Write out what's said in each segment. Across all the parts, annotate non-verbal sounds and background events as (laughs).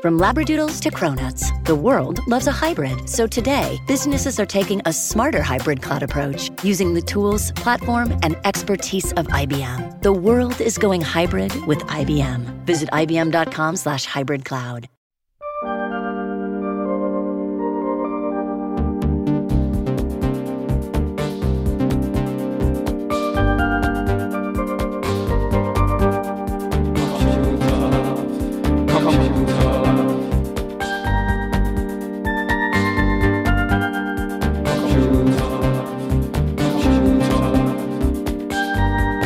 From Labradoodles to Cronuts, the world loves a hybrid. So today, businesses are taking a smarter hybrid cloud approach using the tools, platform, and expertise of IBM. The world is going hybrid with IBM. Visit IBM.com slash hybrid cloud.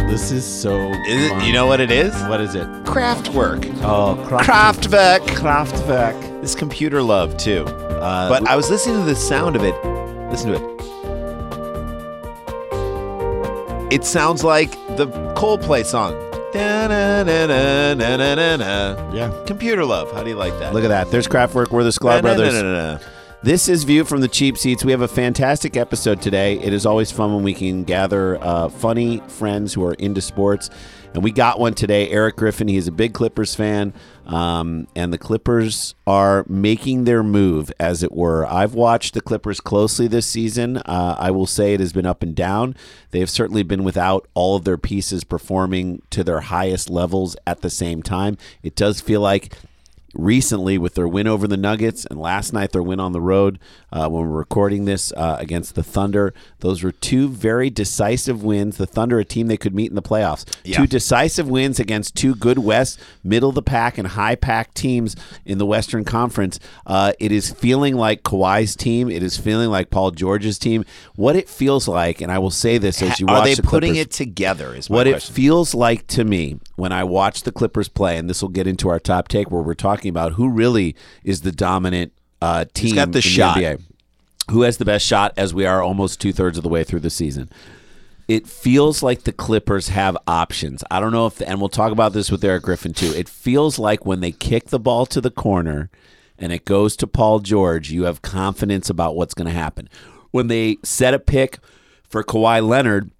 This is so. Is it, fun. you know what it is? What is it? Kraftwerk. Oh, Kraftwerk. Kraftwerk. This computer love too. Uh, But I was listening to the sound of it. Listen to it. It sounds like the Coldplay song. Da-na-na-na-na-na-na. yeah. Computer love. How do you like that? Look at that. There's Kraftwerk. We're the Sklar Brothers. Na-na-na-na-na. This is View from the Cheap Seats. We have a fantastic episode today. It is always fun when we can gather uh, funny friends who are into sports. And we got one today, Eric Griffin. He is a big Clippers fan. Um, and the Clippers are making their move, as it were. I've watched the Clippers closely this season. Uh, I will say it has been up and down. They have certainly been without all of their pieces performing to their highest levels at the same time. It does feel like recently with their win over the Nuggets and last night their win on the road uh, when we're recording this uh, against the Thunder. Those were two very decisive wins. The Thunder, a team they could meet in the playoffs. Yeah. Two decisive wins against two good West, middle of the pack, and high pack teams in the Western Conference. Uh, it is feeling like Kawhi's team. It is feeling like Paul George's team. What it feels like, and I will say this as you Are watch they the putting Clippers- it together? Is my what it question. feels like to me when I watch the Clippers play, and this will get into our top take where we're talking about who really is the dominant uh, team got the in shot. the NBA. Who has the best shot as we are almost two thirds of the way through the season? It feels like the Clippers have options. I don't know if, and we'll talk about this with Eric Griffin too. It feels like when they kick the ball to the corner and it goes to Paul George, you have confidence about what's going to happen. When they set a pick for Kawhi Leonard,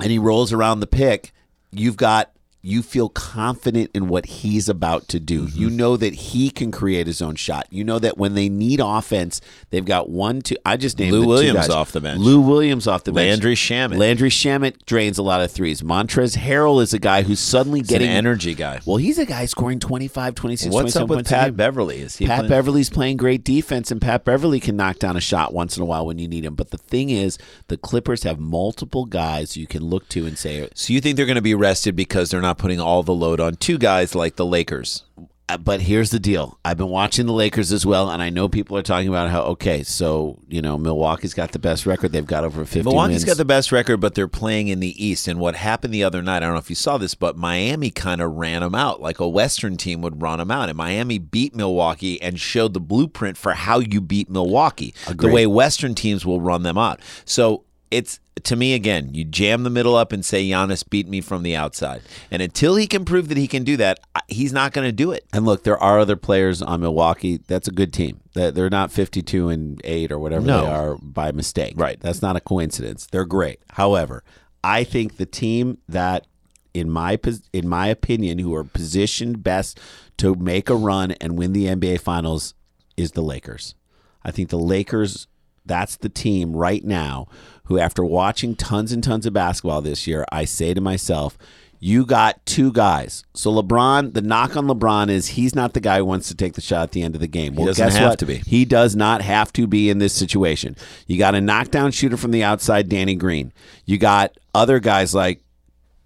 and he rolls around the pick, you've got you feel confident in what he's about to do. Mm-hmm. You know that he can create his own shot. You know that when they need offense, they've got one, two. I just named Lou the two Williams guys. off the bench. Lou Williams off the bench. Landry Shamet. Landry Shamit drains a lot of threes. Montrez Harrell is a guy who's suddenly He's an getting energy guy. Well, he's a guy scoring 25, 26, What's 27 up with points a Pat game. Beverly? Is he Pat playing? Beverly's playing great defense, and Pat Beverly can knock down a shot once in a while when you need him. But the thing is, the Clippers have multiple guys you can look to and say, So you think they're going to be rested because they're not putting all the load on two guys like the Lakers? Uh, but here's the deal. I've been watching the Lakers as well, and I know people are talking about how okay, so you know Milwaukee's got the best record. They've got over 50 Milwaukee's wins. got the best record, but they're playing in the East. And what happened the other night, I don't know if you saw this, but Miami kind of ran them out like a Western team would run them out. And Miami beat Milwaukee and showed the blueprint for how you beat Milwaukee, Agreed. the way Western teams will run them out. So it's to me again, you jam the middle up and say Giannis beat me from the outside. And until he can prove that he can do that, I- he's not going to do it. and look, there are other players on Milwaukee. That's a good team. That they're not 52 and 8 or whatever No. they are by mistake. Right. That's not a coincidence. They're great. However, I think the team that in my pos- in my opinion who are positioned best to make a run and win the NBA finals is the Lakers. I think the Lakers that's the team right now who after watching tons and tons of basketball this year, I say to myself, you got two guys. So LeBron, the knock on LeBron is he's not the guy who wants to take the shot at the end of the game. Well, doesn't guess have what? to be. He does not have to be in this situation. You got a knockdown shooter from the outside, Danny Green. You got other guys like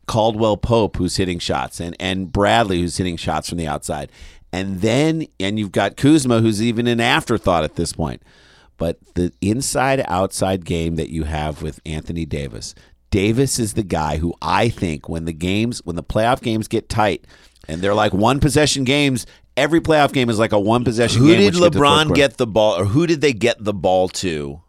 Caldwell Pope who's hitting shots and and Bradley who's hitting shots from the outside. And then and you've got Kuzma who's even an afterthought at this point. But the inside outside game that you have with Anthony Davis. Davis is the guy who I think when the games when the playoff games get tight and they're like one possession games, every playoff game is like a one possession Who game. did once you to the fourth LeBron quarter. get the ball, or who did they get the ball to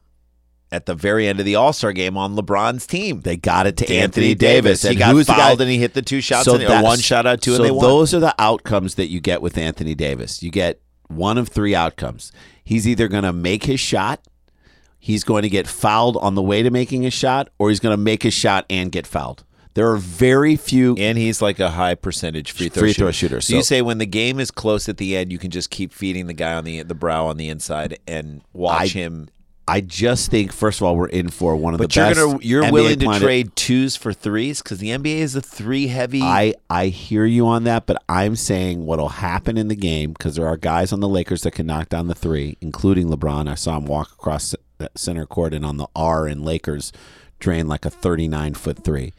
at the very end of the All Star game on LeBron's team? They got it to To Anthony, Davis. He and got who's the guy- fouled and he hit the two shots. and, or that's- one shot out two, so and they won. those are the outcomes that you get with Anthony Davis. You get one of three outcomes. He's either going to make his shot, he's going to get fouled on the way to making his shot, or he's going to make his shot and get fouled. There are very few. And he's like a high percentage free throw Free shooter. throw shooter, So, so- you say when the game is close at the end, you can just keep feeding the guy on the the brow on the inside and watch I- him. I just think, first of all, we're in for one of But the you're best. gonna you're NBA willing to climate. trade twos for threes because the NBA is a three heavy. I I hear you on that, but I'm saying what'll happen in the game because there are guys on the Lakers that can knock down the three, including LeBron. I saw him walk across c- center court and on the R in Lakers drain like a 39 foot three.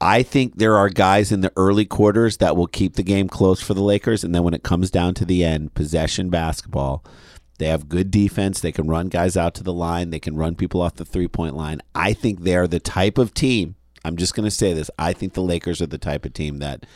I think there are guys in the early quarters that will keep the game close for the Lakers, and then when it comes down to the end, possession basketball. They have good defense. They can run guys out to the line. They can run people off the three point line. I think they're the type of team. I'm just going to say this. I think the Lakers are the type of team that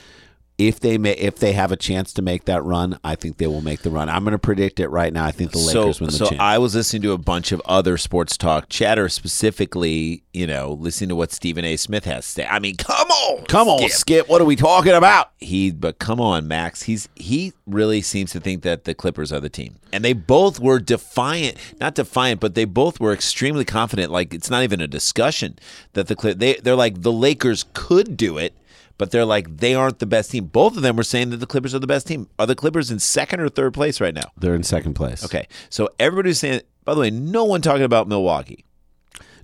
if they may, if they have a chance to make that run, I think they will make the run. I'm going to predict it right now. I think the Lakers so, win the so championship. I was listening to a bunch of other sports talk chatter, specifically, you know, listening to what Stephen A. Smith has to say. I mean, come on, Come on, Skip. Skip. What are we talking about? He, but come on, Max. He's he really seems to think that the Clippers are the team, and they both were defiant, not defiant, but they both were extremely confident. Like it's not even a discussion that the Clip they they're like the Lakers could do it. But they're like they aren't the best team. Both of them were saying that the Clippers are the best team. Are the Clippers in second or third place right now? They're in second place. Okay. So everybody's saying, by the way, no one talking about Milwaukee.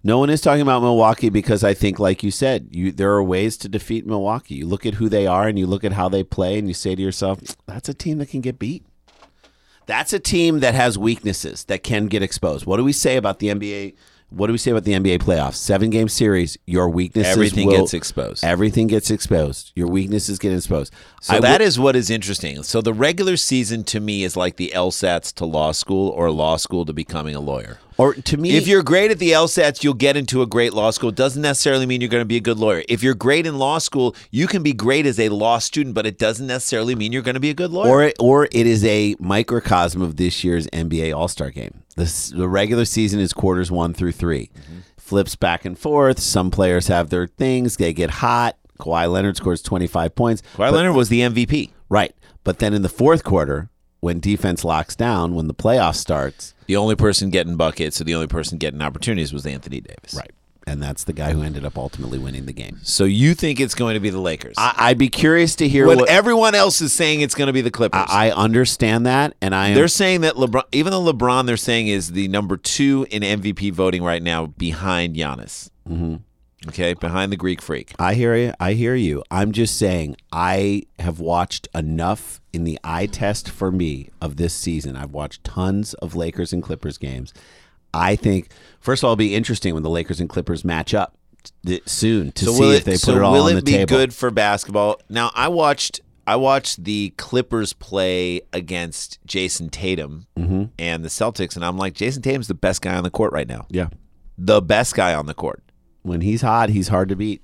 No one is talking about Milwaukee because I think, like you said, you there are ways to defeat Milwaukee. You look at who they are and you look at how they play, and you say to yourself, "That's a team that can get beat. That's a team that has weaknesses that can get exposed." What do we say about the NBA? What do we say about the NBA playoffs? Seven game series. Your weaknesses. Everything will- gets exposed. Everything gets exposed. Your weaknesses get exposed. So that I is would- what is interesting. So the regular season to me is like the LSATs to law school or law school to becoming a lawyer. or to me, If you're great at the LSATs, you'll get into a great law school. Doesn't necessarily mean you're going to be a good lawyer. If you're great in law school, you can be great as a law student, but it doesn't necessarily mean you're going to be a good lawyer. or or it is a microcosm of this year's NBA All Star Game. This, the regular season is quarters one through 3 Mm-hmm. flips back and forth. Some players have their things; they get hot. Kawhi Leonard scores twenty five points. Kawhi But- Leonard was the MVP. right? But then in the fourth quarter, when defense locks down, when the playoff starts, The only person getting buckets or the only person getting opportunities was Anthony Davis. and that's the guy who ended up ultimately winning the game. So you think it's going to be the Lakers? I, I'd be curious to hear when what. everyone else is saying it's going to be the Clippers. I I understand that, and I am they're saying that LeBron, even though LeBron, they're saying is the number two in MVP voting right now behind Giannis. Mm-hmm. Okay, behind the Greek Freak. I hear you. I hear you. I'm just saying I have watched enough in the eye test for me of this season. I've watched tons of Lakers and Clippers games. I think first of all, it'll be interesting when the Lakers and Clippers match up th- soon to see if they put so it all will on it the be table. good for basketball? Now I watched I watched the Clippers play against Jason Tatum Mm-hmm. and the Celtics, and I'm like, Jason Tatum's the best guy on the court right now. Yeah, The best guy on the court. when he's hot, he's hard to beat.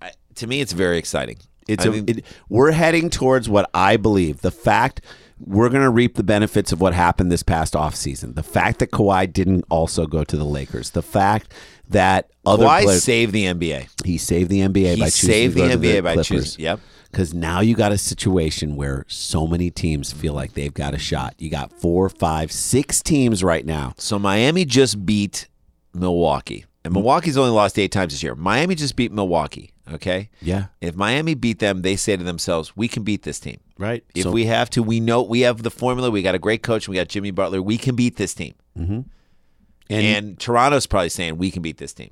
I, to me, it's very exciting. It's I a, think- it, we're heading towards what I believe. The fact we're going to reap the benefits of what happened this past offseason. The fact that Kawhi didn't also go to the Lakers. The fact that other Kawhi players, saved the NBA. He saved the NBA He by choosing saved to go the to NBA by Clippers. choosing. Yep. Because now you got a situation where so many teams feel like they've got a shot. You got four, five, six teams right now. So Miami just beat Milwaukee. And Milwaukee's only lost eight times this year. Miami just beat Milwaukee. Okay. Yeah. If Miami beat them, they say to themselves, we can beat this team. Right. If so, we have to, we know we have the formula. We got a great coach. We got Jimmy Butler. We can beat this team. and, and Toronto's probably saying, we can beat this team.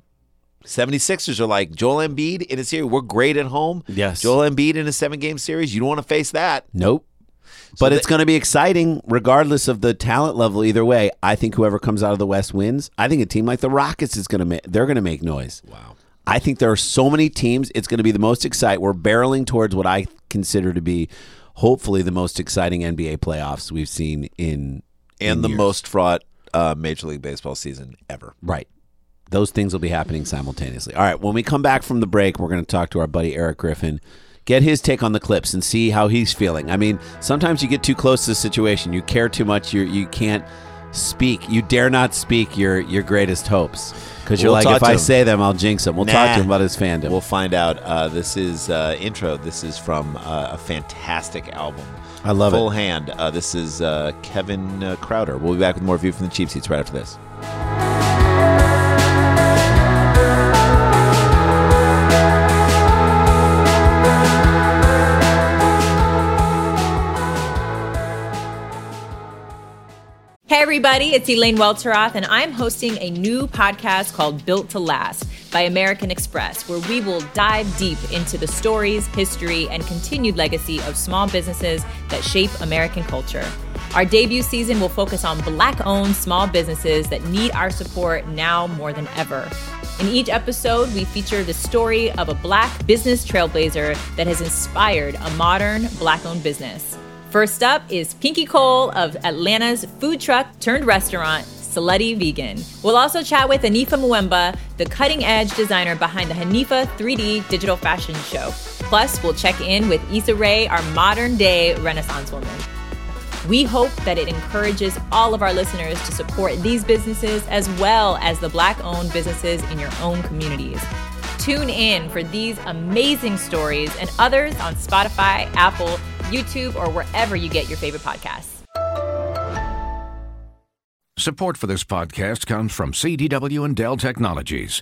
76ers are like, Joel Embiid in a series. We're great at home. Yes. Joel Embiid in a seven game series. You don't want to face that. nope. But they- it's going to be exciting regardless of the talent level. Either way, I think whoever comes out of the West wins. I think a team like the Rockets is going to make, they're going to make noise. Wow. I think there are so many teams. It's going to be the most exciting. We're barreling towards what I consider to be hopefully the most exciting NBA playoffs we've seen in in And the years. most fraught uh, Major League Baseball season ever. Right. Those things will be happening simultaneously. All right. When we come back from the break, we're going to talk to our buddy Eric Griffin, get his take on the clips, and see how he's feeling. I mean, sometimes you get too close to the situation. You care too much. You you can't speak. You dare not speak your your greatest hopes because you're We'll like, talk if to I him. say them, I'll jinx him. We'll talk Nah. to him about his fandom. We'll find out. Uh, this is uh, intro. This is from uh, a fantastic album. I love Full it. hand. Uh, this is uh, Kevin uh, Crowder. We'll be back with more view from the cheap seats right after this. Thank Hey, everybody, it's Elaine Welteroth, and I'm hosting a new podcast called Built to Last by American Express, where we will dive deep into the stories, history, and continued legacy of small businesses that shape American culture. Our debut season will focus on Black owned small businesses that need our support now more than ever. In each episode, we feature the story of a Black business trailblazer that has inspired a modern Black owned business. First up is Pinky Cole of Atlanta's food truck turned restaurant, Saletti Vegan. We'll also chat with Hanifa Mwemba, the cutting edge designer behind the Hanifa 3D digital fashion show. Plus, we'll check in with Issa Rae, our modern day Renaissance woman. We hope that it encourages all of our listeners to support these businesses as well as the Black owned businesses in your own communities. Tune in for these amazing stories and others on Spotify, Apple, YouTube, or wherever you get your favorite podcasts. Support for this podcast comes from CDW and Dell Technologies.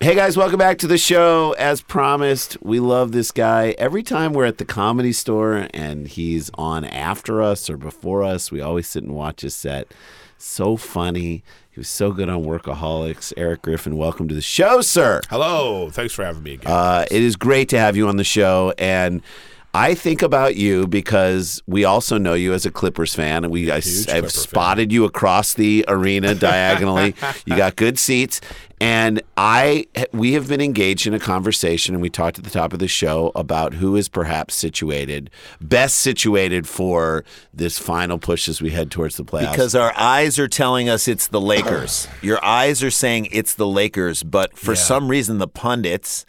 Hey guys, welcome back to the show. As promised, we love this guy. Every time we're at the comedy store and he's on after us or before us, we always sit and watch his set. So funny. He was so good on Workaholics. Eric Griffin, welcome to the show, sir. Hello. Oh, Thanks for having me again. Uh, it is great to have you on the show. And I think about you because we also know you as a Clippers fan, and we I, Huge have Clipper fan. spotted you across the arena diagonally. you got good seats, and I we have been engaged in a conversation, and we talked at the top of the show about who is perhaps situated best situated for this final push as we head towards the playoffs. Because our eyes are telling us it's (clears throat) the Lakers. Your eyes are saying it's the Lakers, but for Yeah. some reason the pundits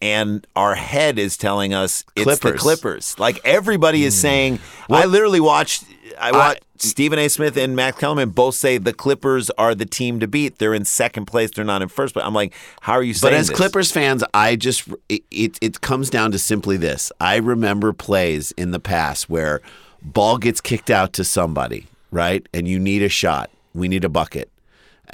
and our head is telling us it's the Clippers. Hmm. Clippers. Like everybody is saying. I literally watched. I watched Stephen A. Smith and Matt Kellerman both say the Clippers are the team to beat. They're in second place. They're not in first. But I'm like, how are you saying? But as this? Clippers fans, I just it, it it comes down to simply this. I remember plays in the past where ball gets kicked out to somebody, right? And you need a shot. We need a bucket.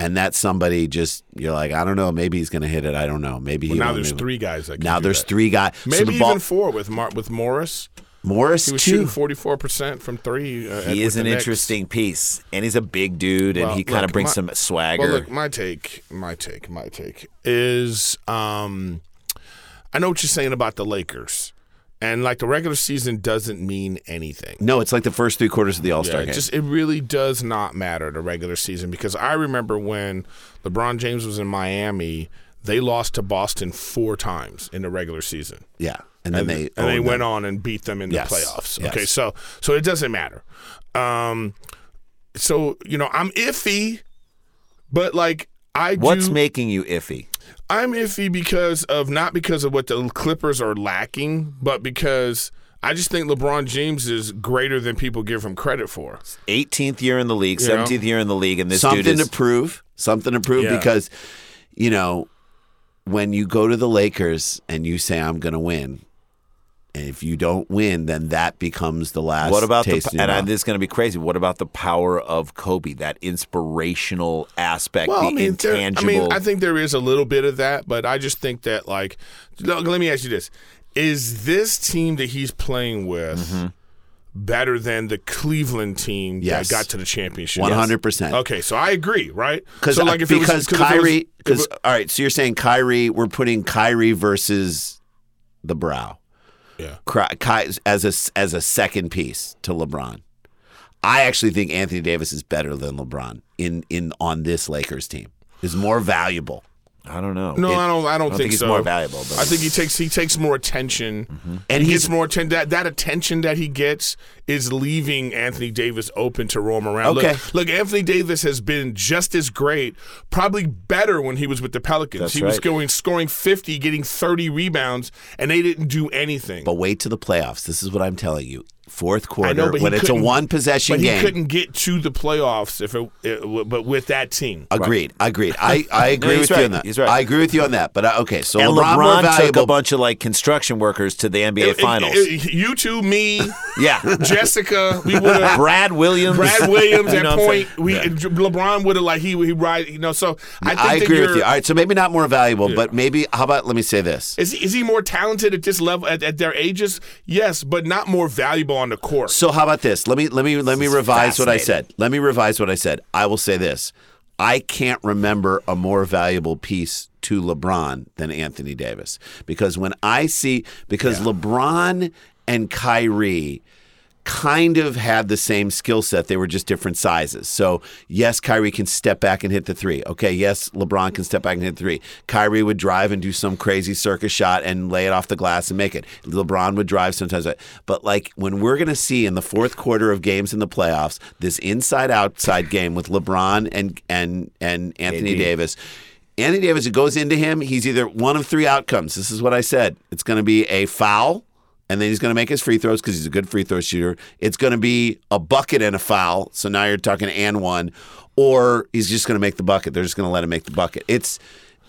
And that somebody just you're like, I don't know, maybe he's going to hit it. I don't know. Maybe he Well, now won't. there's Maybe- three guys that can Now do there's that. three guys. so Maybe the ball even four with Mar- with Morris. Morris He was too. shooting forty four percent from three. Uh, he with is the an Knicks. interesting piece, and he's a big dude, and Well, he kind of look, brings my- some swagger. Well, look, my take, my take, my take is, um, I know what you're saying about the Lakers, and like the regular season doesn't mean anything. No, Oh, it's like the first three quarters of the All Star Yeah, game. it just it really does not matter the regular season because I remember when LeBron James was in Miami, they lost to Boston four times in the regular season. yeah, and then they and they owned went them. on and beat them in the Yes, playoffs. yes. Okay, so so it doesn't matter. Um, so you know I'm iffy, but like I What's do, making you iffy? I'm iffy because of not because of what the Clippers are lacking, but because I just think LeBron James is greater than people give him credit for. 18th year in the league, You 17th year in the league, and this something dude is to prove. Something to prove Yeah. because, you know, when you go to the Lakers and you say I'm going to win, and if you don't win, then that becomes the last. What about the taste in your and I, mouth. this is going to be crazy? What about the power of Kobe? That inspirational aspect, the there- intangible. I mean, I think there is a little bit of that, but I just think that like, look, let me ask you this: Is this team that he's playing with Mm-hmm. better than the Cleveland team Yes. that got to the championship? 100%. Okay, so I agree, right? Because so like, if it was- because 'cause if it was- Kyrie if it- because all right, so you're saying Kyrie, we're putting Kyrie versus the Brow, Yeah. Cry- Ky, as a as a second piece to LeBron. I actually think Anthony Davis is better than LeBron in in on this Lakers team. Is more valuable. I don't know. no, It- I don't. I don't, think, think he's so. more valuable. But I think he takes he takes more attention, Mm-hmm. And and he he's- gets more attention. That that attention that he gets is leaving Anthony Davis open to roam around. Okay. Look, look, Anthony Davis has been just as great, probably better when he was with the Pelicans. That's he was right. going scoring fifty, getting thirty rebounds, and they didn't do anything. But wait to the playoffs. This is what I'm telling you. fourth quarter but he when it's a couldn't- one possession but game. he couldn't get to the playoffs if it, it w- but with that team. Agreed. Agreed. I, I agree he's with right. you on that. He's right. I agree with you on that. But I, okay, so and LeBron, more LeBron, took valuable. a bunch of like construction workers to the NBA It- it- Finals. it- you two, me, (laughs) yeah, Jessica, (laughs) we would have. Brad Williams. Brad (laughs) Williams You know at what I'm point. saying? We LeBron would have like he he ride you know. So I think I that agree with you're- you. All right, so maybe not more valuable, but maybe how about let me say this. Is he, is he more talented at this level at, at their ages? Yes, but not more valuable on the court. So how about this? Let me let me let me is revise what I fascinating. said. Let me revise what I said. I will say this. I can't remember a more valuable piece to LeBron than Anthony Davis because when I see because LeBron and Kyrie kind of had the same skill set. They were just different sizes. So, yes, Kyrie can step back and hit the three. Okay, yes, LeBron can step back and hit the three. Kyrie would drive and do some crazy circus shot and lay it off the glass and make it. LeBron would drive sometimes. But, like, when we're going to see in the fourth quarter of games in the playoffs, this inside outside game with LeBron and, and, and Anthony Davis. Anthony Davis, it goes into him. He's either one of three outcomes. This is what I said. It's going to be a foul, and then he's going to make his free throws because he's a good free throw shooter. It's going to be a bucket and a foul. So now you're talking and one, or he's just going to make the bucket. They're just going to let him make the bucket. It's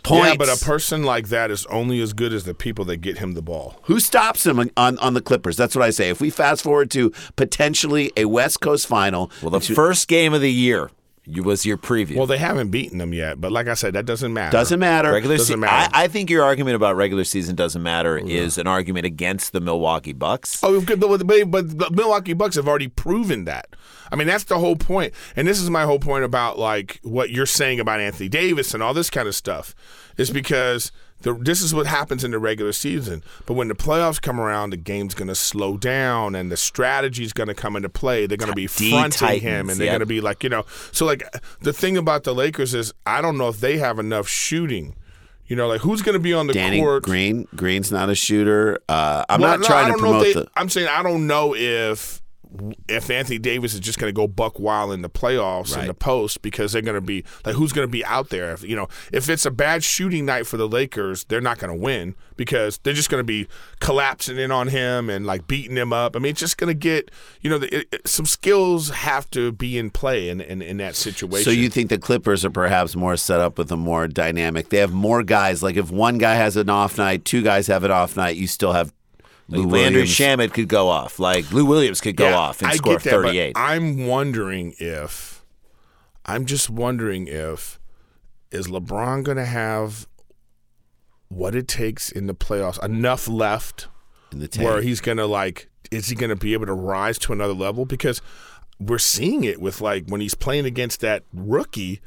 points. yeah, but a person like that is only as good as the people that get him the ball. Who stops him on- on, on the Clippers? That's what I say. If we fast forward to potentially a West Coast final, Well, the first game of the year you- was your preview. Well, they haven't beaten them yet, but like I said, that doesn't matter. doesn't matter. Oh, regular doesn't se- matter. I, I think your argument about regular season doesn't matter is an argument against the Milwaukee Bucks. Oh, good, but, but, but the Milwaukee Bucks have already proven that. I mean, that's the whole point. And this is my whole point about like what you're saying about Anthony Davis and all this kind of stuff. Is because the, this is what happens in the regular season. But when the playoffs come around, the game's going to slow down and the strategy's going to come into play. They're going to be fronting him Titans, and they're yeah. going to be like, you know. So, like, the thing about the Lakers is I don't know if they have enough shooting. You know, like who's going to be on the Danny court? Green. Green's not a shooter. Uh, I'm Well, not no, I trying to don't know promote if they- the. I'm saying I don't know if if Anthony Davis is just going to go buck wild in the playoffs and the post because they're going to be like who's going to be out there if you know if it's a bad shooting night for the Lakers they're not going to win because they're just going to be collapsing in on him and like beating him up I mean it's just going to get you know the, it, it- some skills have to be in play in in, in that situation So you think the Clippers are perhaps more set up with a more dynamic? They have more guys. Like if one guy has an off night, two guys have an off night, you still have Lou Like Landry Williams. Shamit could go off. Like Lou Williams could go Yeah, off and I score get that, but 38. I'm wondering if I'm just wondering if is LeBron going to have what it takes in the playoffs enough left in the tank. where he's going to like is he going to be able to rise to another level because we're seeing it with like when he's playing against that rookie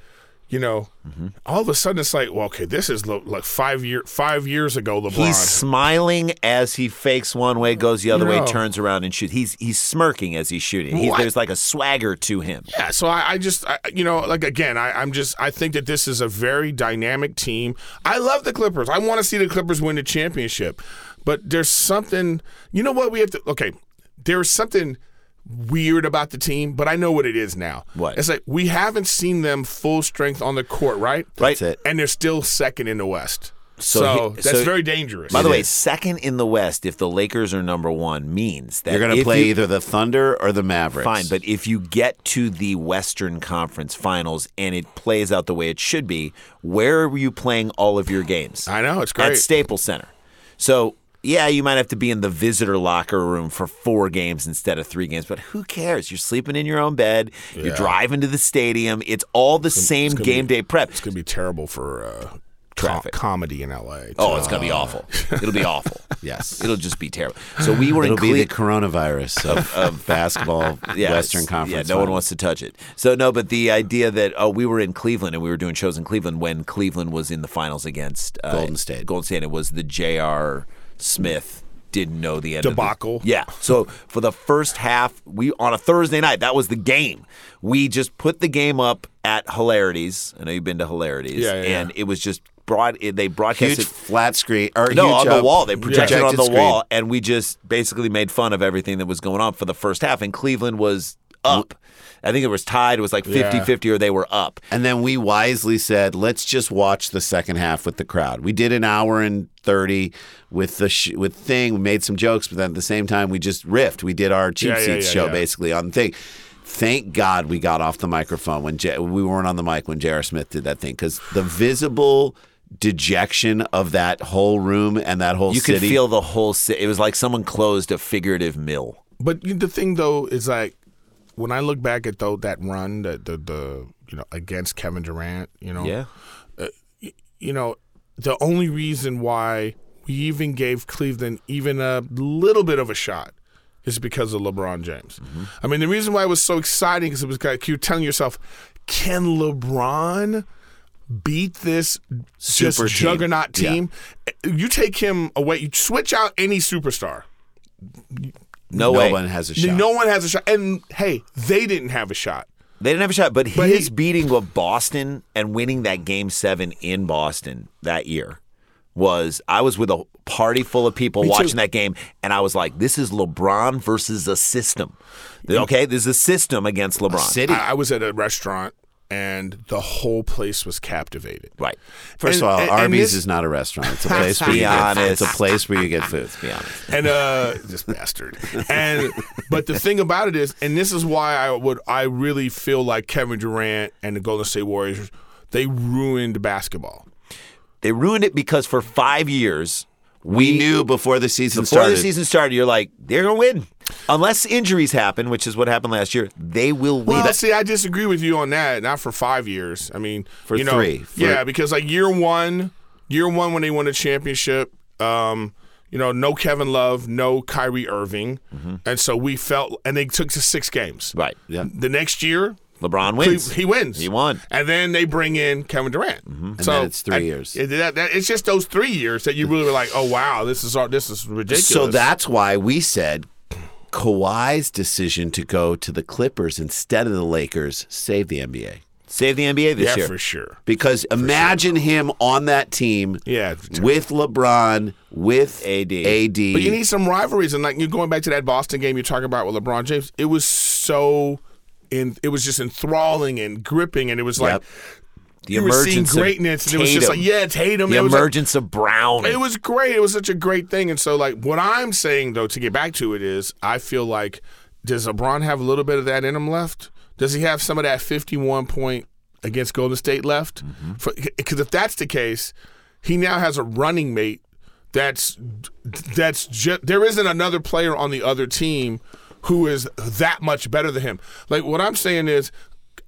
you know, Mm-hmm. all of a sudden it's like, well, okay, this is lo- like five year five years ago. LeBron, He's smiling as he fakes one way, goes the other No. way, turns around and shoots. He's he's smirking as he's shooting. He, What? there's like a swagger to him. Yeah, so I, I just, I, you know, like again, I, I'm just, I think that this is a very dynamic team. I love the Clippers. I want to see the Clippers win the championship, but there's something, you know what we have to, okay, there's something weird about the team, but I know what it is now. What? It's like we haven't seen them full strength on the court, right? That's it. And they're still second in the West. So So, he- that's so- very dangerous. By the way, second in the West, if the Lakers are number one, means that You're going to if play you- either the Thunder or the Mavericks. Fine, but if you get to the Western Conference Finals and it plays out the way it should be, where were you playing all of your games? I know, it's great. At Staples Center. So, yeah, you might have to be in the visitor locker room for four games instead of three games, but who cares? You're sleeping in your own bed. You're driving to the stadium. It's all the same gonna game be- day prep. it's going to be terrible for uh, Traffic. co- comedy in LA. Oh, it's gonna be awful. It'll (laughs) be awful. Yes. it'll just be terrible. So we were it'll in be Cle- the coronavirus of, of (laughs) basketball Yeah, Western it's- Conference. Yeah, no one Finals. wants to touch it. So no, but the idea that oh, we were in Cleveland and we were doing shows in Cleveland when Cleveland was in the finals against uh, Golden State. Golden State. It was the J.R. Smith didn't know the end of the- Debacle. yeah. So for the first half, we on a Thursday night that was the game. We just put the game up at Hilarities. I know you've been to Hilarities. Yeah, yeah, yeah. and it was just broad. They broadcast Huge it flat screen or no, huge, on the uh, wall. They projected it on the screen. wall, and we just basically made fun of everything that was going on for the first half. And Cleveland was up, I think it was tied. It was like 50 50 or they were up. And then we wisely said, let's just watch the second half with the crowd. We did an hour and 30 with the sh- with thing, we made some jokes, but then at the same time we just riffed. We did our cheap Yeah, yeah, seats yeah, show yeah. basically on thing. Thank God we got off the microphone when J- we weren't on the mic when J.R. Smith did that thing cuz the visible dejection of that whole room and that whole You city could feel the whole city. It was like someone closed a figurative mill. But you- the thing though is like when I look back at though that run that the the you know against Kevin Durant, you know, you know, the only reason why we even gave Cleveland even a little bit of a shot is because of LeBron James. Mm-hmm. I mean, the reason why it was so exciting because it was like you telling yourself, can LeBron beat this just Super team. juggernaut team? You take him away, you switch out any superstar. no No, way. one has a shot. No one has a shot. And hey, they didn't have a shot. They didn't have a shot, but, But his he- beating of Boston and winning that game seven in Boston that year was I was with a party full of people watching that game, and I was like, this is LeBron versus a system. Okay, there's a system against LeBron. city. I, I was at a restaurant and the whole place was captivated. Right. First and- of all, and- and Arby's this- is not a restaurant. (laughs) It's a place where Be you get food. honest. It's a place where you get food. Yeah. (laughs) and uh this bastard (laughs) and but the thing about it is and this is why i would i really feel like kevin durant and the golden state warriors they ruined basketball They ruined it because for five years, We knew before the season before started. the season started, you're like, they're going to win. Unless injuries happen, which is what happened last year, they will win. Well, see, I disagree with you on that. Not for five years. I mean, For you know, three. For- yeah, because like year one, year one when they won a championship, um, you know, no Kevin Love, no Kyrie Irving, and so we felt, and they took to six games. right. Yeah. The next year, LeBron wins. He, he wins. He won. And then they bring in Kevin Durant. And then it's three years. that, that, it's just those three years that you really were like, oh wow, this is all, this is ridiculous. So that's why we said Kawhi's decision to go to the Clippers instead of the Lakers saved the NBA. Save the NBA this yeah year. for sure. Because imagine him on that team Yeah. with LeBron, with AD. AD. But you need some rivalries, and like you're going back to that Boston game you're talking about with LeBron James. It was so, in it was just enthralling and gripping, and it was like Yep. the you were seeing emergence of greatness, and it was just Tatum. like yeah, Tatum. the it was like- emergence of Brown. It was great. It was such a great thing. And so, like, what I'm saying though, to get back to it, is I feel like does LeBron have a little bit of that in him left? Does he have some of that 51 point against Golden State left? Mm-hmm. Because if that's the case, he now has a running mate. That's that's just there isn't another player on the other team who is that much better than him. Like what I'm saying is.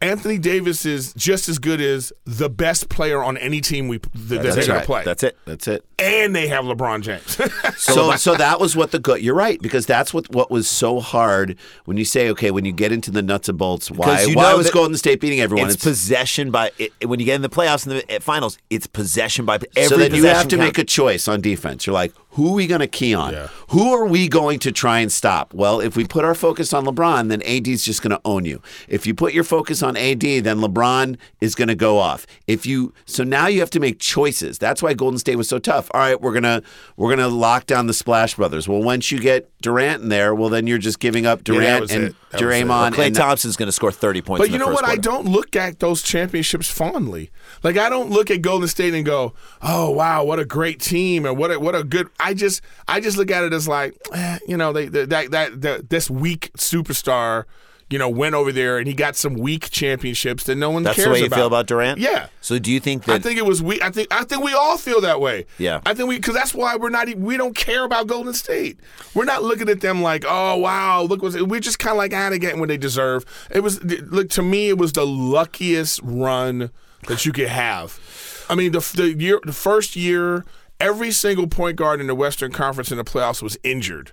Anthony Davis is just as good as the best player on any team we that they're going to play That's it. That's (laughs) it. and they have LeBron James. (laughs) So, so that was what the go- you're right because that's what what was so hard when you say okay when you get into the nuts and bolts why Because you why know was that Golden State beating everyone It's, possession by it, it- when you get in the playoffs and the uh, finals. It's possession by every. so then you have possession to make counts. a choice on defense. You're like, who are we going to key on? Who are we going to try and stop? Well, if we put our focus on LeBron, then AD's just going to own you. If you put your focus on AD, then LeBron is going to go off. If you so now you have to make choices. That's why Golden State was so tough. All right, we're going to we're going to lock down the Splash Brothers. Well, once you get Durant in there, well then you're just giving up that Durant was and it. That was it. Draymond Clay and Thompson's going to score thirty points. but in you the know first what? I quarter. don't look at those championships fondly. Like I don't look at Golden State and go, "Oh wow, what a great team!" and "What a what a good." I just I just look at it as like, eh, you know, they, they that that that this weak superstar, you know, went over there and he got some weak championships that no one That's cares the way you about. feel about Durant. Yeah. So do you think that? I think it was we. I think I think we all feel that way. Yeah. I think we because that's why we're not. e- We don't care about Golden State. We're not looking at them like, oh wow, look what's. We're just kind of like, ah, they're getting what they deserve. It was look to me, it was the luckiest run that you could have. I mean, the the year, the first year, every single point guard in the Western Conference in the playoffs was injured.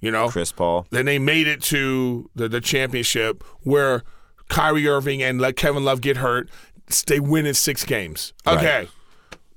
You know, Chris Paul. then they made it to the, the championship where Kyrie Irving and like Kevin Love get hurt. S- They win in six games. Okay.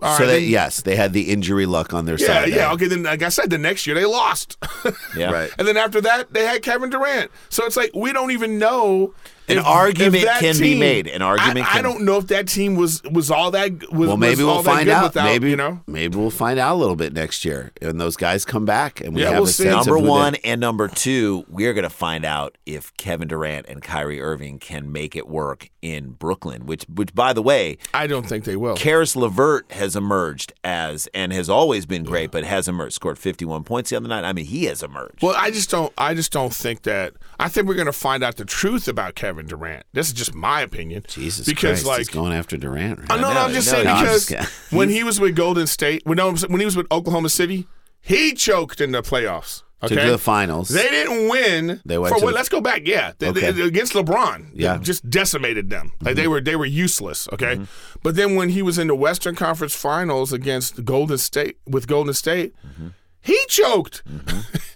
All right. so they, then- yes, they had the injury luck on their yeah, side. there. yeah. Okay. Then, like I said, the next year they lost. (laughs) Yeah. Right. and then after that, they had Kevin Durant. So it's like, we don't even know An if- argument if that can be team- made. An argument I, I can- don't know if that team was was all that was. well, maybe was all we'll that find good out. Without, maybe you know. maybe we'll find out a little bit next year, and those guys come back, and we Yeah, have we'll a see. sense Number of who they- one and number two, we're going to find out if Kevin Durant and Kyrie Irving can make it work in Brooklyn. Which, which by the way, I don't think they will. Oh. Karis Levert has emerged as and has always been great, but has emerged. Scored 51 points the other night. I mean, he has emerged. Well, I just don't. I just don't think that. I think we're going to find out the truth about Kevin Durant. This is just my opinion. Jesus because Christ, he's like. going after Durant. Right? I know, know, I'm I just know, saying no, I'm because just kidding. (laughs) when he was with Golden State, when, no, when he was with Oklahoma City, he choked in the playoffs. To Okay? the finals. They didn't win. They went for, to well, the- let's go back. Yeah, They- they- Okay. against LeBron. They Yeah. Mm-hmm. just decimated them. Like they were they were useless. Okay, but then when he was in the Western Conference Finals against Golden State with Golden State, Mm-hmm. he choked.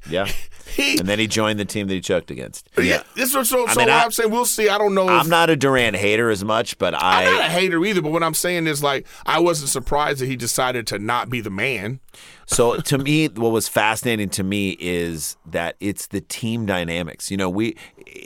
yeah. He And then he joined the team that he choked against. yeah. This was so. I so mean, what I- I, am saying we'll see. I don't know. if, I'm not a Durant hater as much, but I. I'm not a hater either. But what I'm saying is like I wasn't surprised that he decided to not be the man. So to me, what was fascinating to me is that it's the team dynamics. You know, we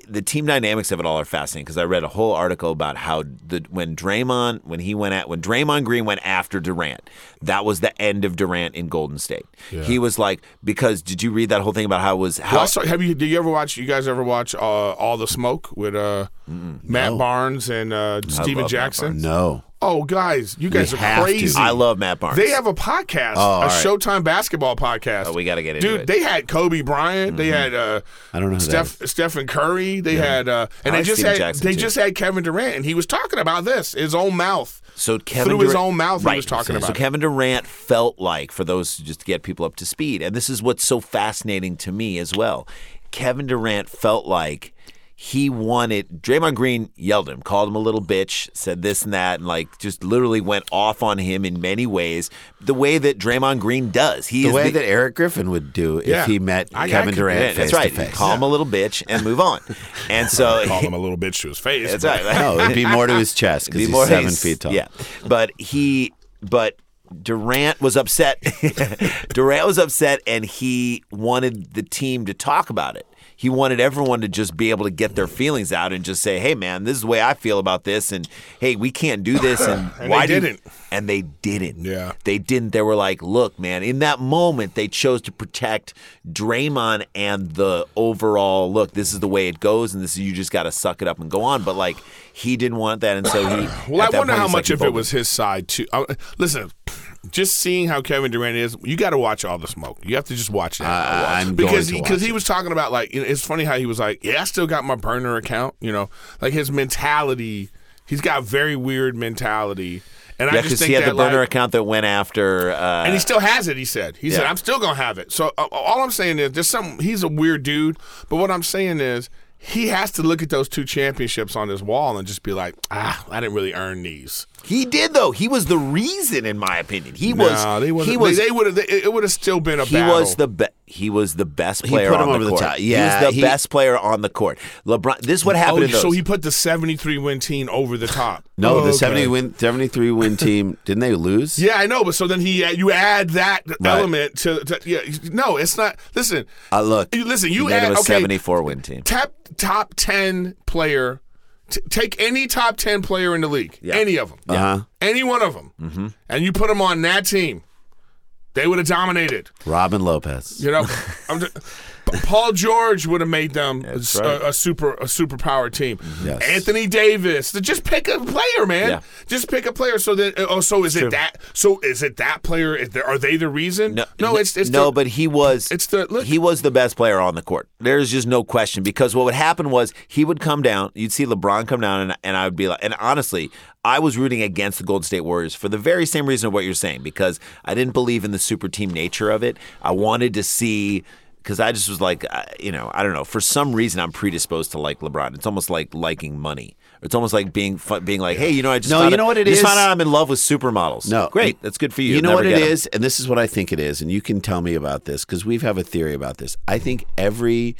the team dynamics of it all are fascinating because I read a whole article about how the when Draymond when he went at when Draymond Green went after Durant, that was the end of Durant in Golden State. He was like because did you read that whole thing about how it was how Well, I saw- have you? Did you ever watch? You guys ever watch uh, All the Smoke with uh, Matt Barnes and uh, Steven love Matt Jackson? no. Oh, guys, you guys are have to. crazy. I love Matt Barnes. They have a podcast, all a right. Showtime basketball podcast. Oh, we gotta get into Dude, it. Mm-hmm. they had Kobe Bryant. They had uh, I don't know who that Steph, Stephen Curry. They had uh, and I they like just Steven had Jackson, they too. just had Kevin Durant, and he was talking about this his own mouth. So Kevin through his Durant- own mouth, right. he was talking about. So it. Kevin Durant felt like for those just to get people up to speed, and this is what's so fascinating to me as well. Kevin Durant felt like he wanted Draymond Green yelled at him, called him a little bitch, said this and that, and like just literally went off on him in many ways, the way that Draymond Green does. He The is way the- that Eric Griffin would do if Yeah. he met I- I Kevin could- Durant Yeah, face that's right. to face. Call him a little bitch and move on. And so (laughs) (laughs) Call him a little bitch to his face. that's but- right. no, it'd be more to his chest because Be he's more- seven he's- feet tall. Yeah, but he, but Durant was upset. (laughs) Durant was upset, and he wanted the team to talk about it. He wanted everyone to just be able to get their feelings out and just say, "Hey, man, this is the way I feel about this," and "Hey, we can't do this," and, (laughs) And why they do you-" didn't. And they didn't. Yeah. They didn't. They were like, look, man, in that moment, they chose to protect Draymond and the overall look, this is the way it goes, and this is you just gotta suck it up and go on. But like he didn't want that and so he (clears throat) Well, at I that wonder point, how he's much like, of it was his side too. Uh, listen, just seeing how Kevin Durant is, you got to watch all the smoke. You have to just watch that Uh, I'm because going to because watch he was talking about like you know, it's funny how he was like, yeah, I still got my burner account. You know, like his mentality. He's got very weird mentality, and Yeah, I just because think he had that, the burner like, account that went after uh and he still has it. He said. He said, Yeah. "I'm still gonna have it." So uh, all I'm saying is, there's some. He's a weird dude, but what I'm saying is, he has to look at those two championships on his wall and just be like, "Ah, I didn't really earn these." he did though. He was the reason, in my opinion. He was no, they wasn't, he was They, would have. It would have still been a he battle. was the be- he was the best He player put him on over the the court. top. Yeah, he was the he- best player on the court. LeBron. This is what happened. Oh, in those. so he put the seventy-three win team over (laughs) the top. No, the Okay. 70 win, 73 win team, didn't they lose? Oh, Yeah, I know, but so then he uh, you add that Right. element to, to yeah. No, it's not. Listen, Uh, look, you- listen. You He made add him a okay, 74 win team. Top top ten player. T- take any top ten player in the league, any of them, Uh-huh. any one of them, Mm-hmm. and you put them on that team, they would have dominated. Robin Lopez. You know, I'm just, Pa- Paul George would have made them a, s- right. a- a super a superpower team. Yes. Anthony Davis, just pick a player, man. Yeah. Just pick a player. So then, oh, so is it that? So is it that player? Is there, are they the reason? it's it's no, the- but he was it's the- look. he was the best player on the court. There's just no question because what would happen was he would come down, you'd see LeBron come down, and, and I would be like, and honestly, I was rooting against the Golden State Warriors for the very same reason of what you're saying because I didn't believe in the super team nature of it. I wanted to see. Because I just was like, I- you know, I don't know. For some reason, I'm predisposed to like LeBron. It's almost like liking money. It's almost like being fu- being like, hey, you know, I just No, found you out- know what it just is? found out I'm in love with supermodels. No, great, that's good for you. You know Never what it get 'em. is, and this is what I think it is, and you can tell me about this because we have a theory about this. I think every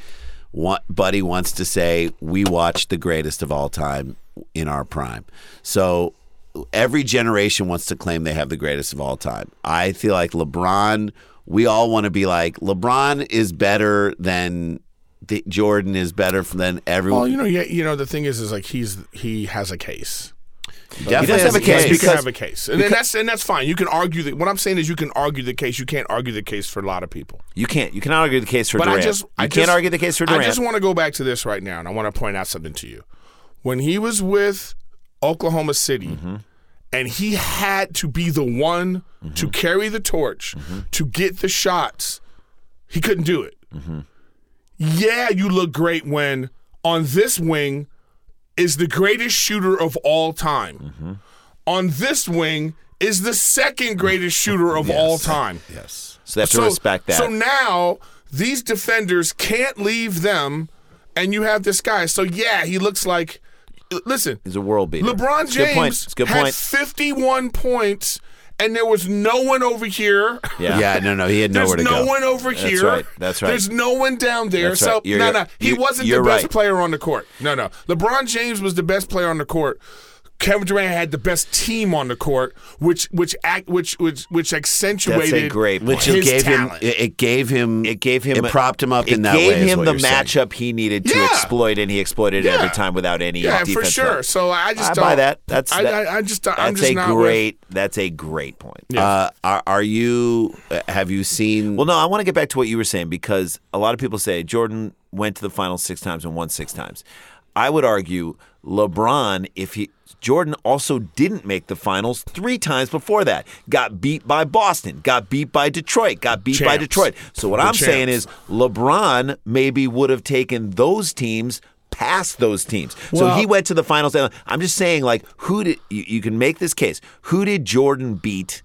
wa- buddy wants to say we watched the greatest of all time in our prime. So every generation wants to claim they have the greatest of all time. I feel like LeBron. We all want to be like LeBron is better than the, Jordan is better f- than everyone. Well, you know, yeah, you know, the thing is, is like he's he has a case. Definitely does has have a a case. case. You can Because- have a case, and, and that's and that's fine. You can argue that. What I'm saying is, you can argue the case. You can't argue the case for a lot of people. you can't. You cannot argue the case for but Durant. I just you I can't just- argue the case for Durant. I just want to go back to this right now, and I want to point out something to you. When he was with Oklahoma City, Mm-hmm. and he had to be the one Mm-hmm. to carry the torch to get the shots, he couldn't do it. Mm-hmm. Yeah, you look great when on this wing is the greatest shooter of all time. Mm-hmm. On this wing is the second greatest shooter of all time. so they have to respect that. So now these defenders can't leave them, and you have this guy. So yeah, he looks like. Listen, He's a world beater. LeBron It's a good point. James It's a good had point. 51 points, and there was no one over here. Yeah. Yeah, no, no, he had (laughs) There's nowhere to no go. one over That's here. right. That's right. There's no one down there. That's so right. You're- no, you're- no, he you- wasn't the you're best right. player on the court. No, no. LeBron James was the best player on the court. Kevin Durant had the best team on the court, which which act which which which accentuated That's a great point. Which his gave talent. him, it- it gave him, it gave him it propped him up it in that gave way. is him what the you're saying. matchup he needed to Yeah. exploited, and he exploited it Yeah. every time without any Yeah, defense. for sure. help. So I just I don't, buy that. That's I, that- I, I just don't- I'm that's just a not with- great. That's a great point. Uh, are, are you? uh, Have you seen? Well, no, I want to get back to what you were saying because a lot of people say Jordan went to the finals six times and won six times. I would argue LeBron, if he Jordan also didn't make the finals three times before that, got beat by Boston, got beat by Detroit, got beat by Champs. Detroit. So what The I'm saying champs. is LeBron maybe would have taken those teams past those teams. so Well- he went to the finals. and- I'm just saying, like, who did you, you can make this case? Who did Jordan beat?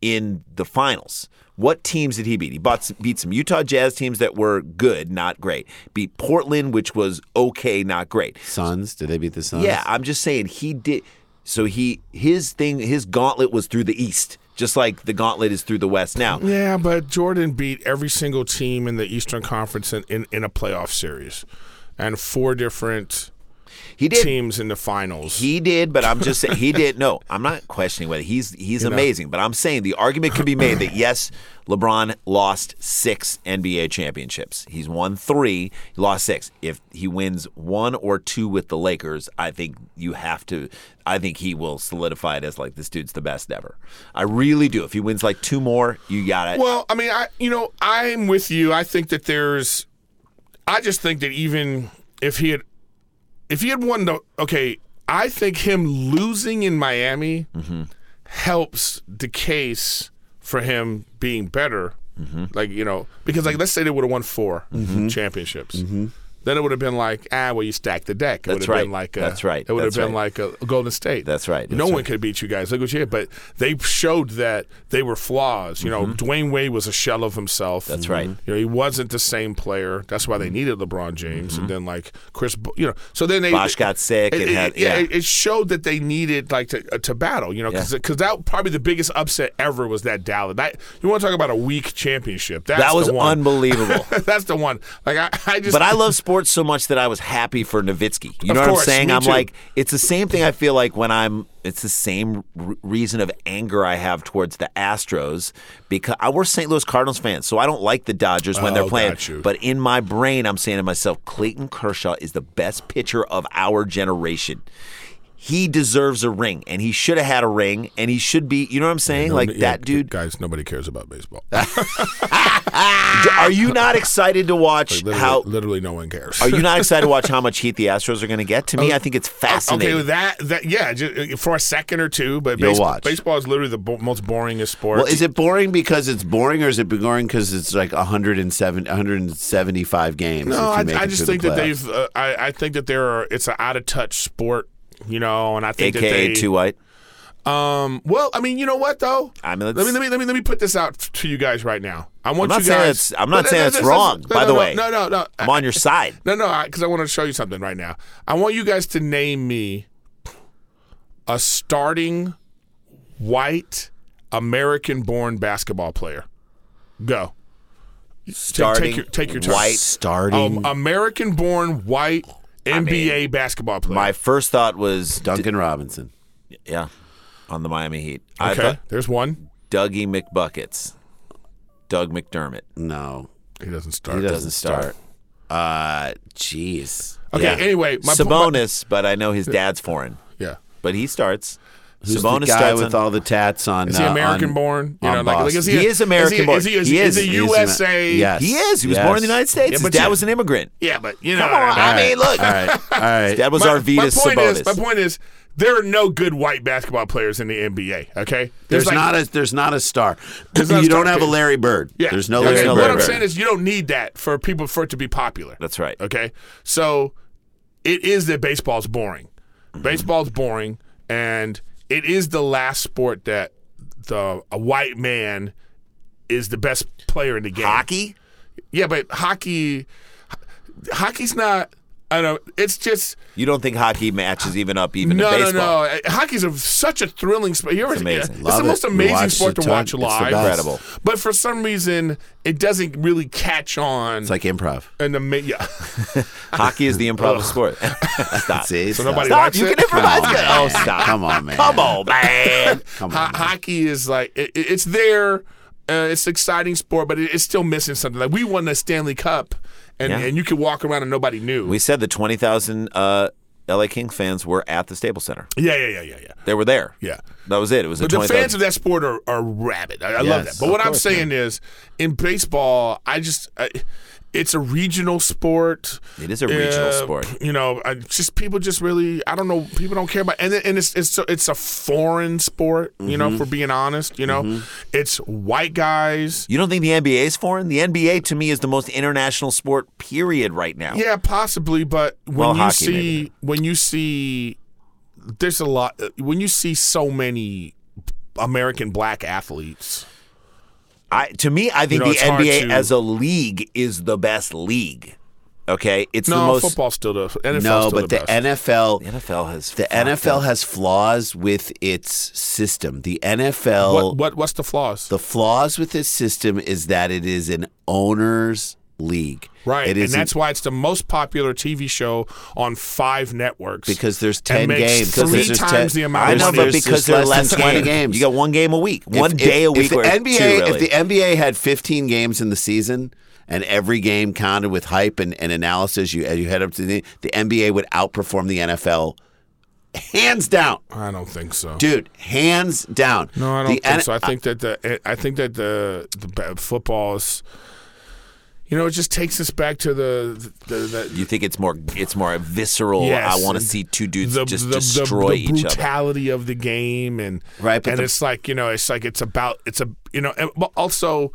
in the finals. What teams did he beat? He bought, beat some Utah Jazz teams that were good, not great. Beat Portland, which was okay, not great. Suns? Did they beat the Suns? Yeah, I'm just saying he did. So he his thing his gauntlet was through the East, just like the gauntlet is through the West now. Yeah, but Jordan beat every single team in the Eastern Conference in, in, in a playoff series, and four different He did. teams in the finals. He did, but I'm just saying he did. No, I'm not questioning whether he's he's amazing, but I'm saying the argument can be made that yes, LeBron lost six NBA championships. He's won three, he lost six. If he wins one or two with the Lakers, I think you have to. I think he will solidify it as like this dude's the best ever. I really do. If he wins like two more, you got it. well, I mean, I you know I'm with you. I think that there's, I just think that even if he had, if he had won the okay, I think him losing in Miami Mm-hmm. helps the case for him being better. Mm-hmm. Like you know, because like let's say they would have won 4 championships. Then it would have been like, ah, well, you stacked the deck. It Mm-hmm. That's would have right. Been like a, That's right. It would That's have been right. like a Golden State. That's right. No That's one right. could beat you guys. Look what you did. But they showed that they were flaws. You know, Dwayne Wade was a shell of himself. Mm-hmm. Mm-hmm. That's right. Mm-hmm. You know, he wasn't the same player. That's why they needed LeBron James. And then like Chris, Bo- you know, so then they Bosh got sick It, and it- had- yeah, yeah. It, it showed that they needed like to, uh, to battle. You know, because Yeah. that probably the biggest upset ever was that Dallas. That, you want to talk about a weak championship? That's that was the one. unbelievable. (laughs) That's the one. Like I, I just. But I love sports so much that I was happy for Nowitzki. You Of know what course, I'm saying? me I'm too. like, it's the same thing I feel like when I'm. It's the same r- reason of anger I have towards the Astros because I, we're St. Louis Cardinals fans, so I don't like the Dodgers when Oh, they're playing. got you. But in my brain, I'm saying to myself, Clayton Kershaw is the best pitcher of our generation. He deserves a ring, and he should have had a ring, and he should be. You know what I'm saying? like Yeah, that dude. guys. Nobody cares about baseball. Are you not excited (laughs) to watch literally, how? literally no one cares. (laughs) Are you not excited to watch how much heat the Astros are going to get? To me, I think it's fascinating. Oh, Okay, with that that yeah, ju- uh, for a second or two, but You'll base- watch. baseball is literally the bo- most boringest sport. Well, is it boring because it's boring, or is it boring because it's like 107, 175 games? No, if you I, make I it just through the think that playoffs? they've. Uh, I, I think that there are. It's an out of touch sport, you know, and I think AKA that they. Two White. Um. Well, I mean, you know what though? I mean, let let's- me let me let me let me put this out to you guys right now. I want not you saying guys. it's- I'm not No, no, saying no, it's no, no, wrong, no, by no, the no, way. no, no, no. I'm on your side. No, no, because I, want to show you something right now. I want you guys to name me a starting white American-born basketball player. Go. Starting take your- take your turn. white. starting. Um, American-born white NBA basketball player. My first thought was Duncan Robinson. yeah, on the Miami Heat. I okay, thought there's one. Dougie McBuckets, Doug McDermott. No, He doesn't start. he doesn't start. Uh, jeez. Okay, anyway, my- Sabonis, but I know his dad's foreign. Yeah. But he starts. Who's Sabonis the guy starts with on- all the tats on? Is he uh, American on- born? on Boston. a- He is American-born. Is he, is He he, is. is He he is Amer- USA? Yes. He is. He was Yes. born in the United States. Yeah, his but dad you- was an immigrant. Yeah, but you know. Come on. what I I mean? mean, look. All right, all right. His dad was my, my Arvidas point Sabonis. is, my point is, there are no good white basketball players in the NBA. Okay, (laughs) There's like- not a there's not a star. There's not a you don't star. have a Larry Bird. Yeah. There's no okay, Larry no What Bird. I'm saying is, you don't need that for people for it to be popular. That's right. Okay, so it is that baseball's boring. Mm-hmm. Baseball's boring, and it is the last sport that the a white man is the best player in the game. Hockey? Yeah, but hockey, hockey's not. I don't. It's just You don't think hockey matches even up even no, in baseball? no, no. Uh, Hockey's a, such a thrilling sport. It's amazing. It's Love the it. most We amazing watched sport a to ton. watch It's the live. best. Incredible. But for some reason, it doesn't really catch on. It's like improv. in the (laughs) ma- yeah. Hockey is the improv of sport. (laughs) stop. See, So stop. nobody Stop. likes You it? can improvise Come good. on, Oh, man. stop. Come on, man. Come on, man. Come Ho- on. hockey is like it, it- it's there. Uh, it's exciting sport, but it, it's still missing something. Like we won the Stanley Cup, and, Yeah. and you could walk around and nobody knew. We said the 20,000 uh, LA King fans were at the Staples Center. yeah, yeah, yeah, yeah, yeah. They were there. Yeah. That was it. It was a But the 20,000. fans of that sport are, are rabid. I, I love Yes, that. But what of I'm course, saying is, in baseball, I just I, it's a regional sport. It is a regional Uh, sport. You know, I, just people just really I don't know. People don't care about and it- and it's it's a, it's a foreign sport. You Mm-hmm. know, for being honest, you know, it's white guys. You don't think the NBA is foreign? The NBA to me is the most international sport period right now. Yeah, possibly, but when Well, you hockey, see maybe. when you see there's a lot when you see so many American black athletes. I, to me, I think know, the it's hard NBA to- as a league is the best league. Okay, it's the No, most. football's still the NFL's no, still but the the, best. NFL The NFL has the fucked NFL up. has flaws with its system. The NFL What, what what's the flaws? the flaws with its system is that it is an owners league. right, It and is an- that's why it's the most popular TV show on five networks. because there's and ten makes games. three Because there's just times 10 the amount I there's- of know, money. but there's because just there's less less than 20 games. games. you got one game a week, If- one if- day a week. If the or NBA, two, really. if the NBA had 15 games in the season and every game counted with hype and, and analysis, you as you head up to the the NBA would outperform the NFL, hands down, I don't think so. dude, hands down. no, I don't The think N- so. I think that the I think that the the ba- football is. You know, it just takes us back to the the, the, you think it's more, it's more visceral. Yes, I want to and see two dudes the, just the, destroy the, the each other. brutality of the game and Right, but and the- it's like you know it's like it's about it's a you know and, but also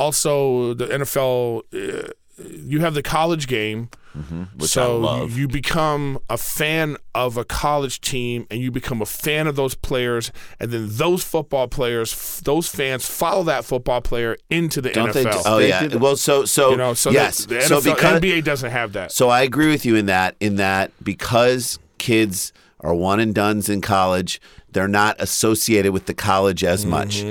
also the NFL uh, you have the college game Mm-hmm, which I so love. you become a fan of a college team and you become a fan of those players and then those football players f- those fans follow that football player into the don't NFL they? Just, oh yeah. Well, so so you know so the- yes. the, NFL, so because NBA doesn't have that So I agree with you in that, in that because kids are one and done's in college, they're not associated with the college as much.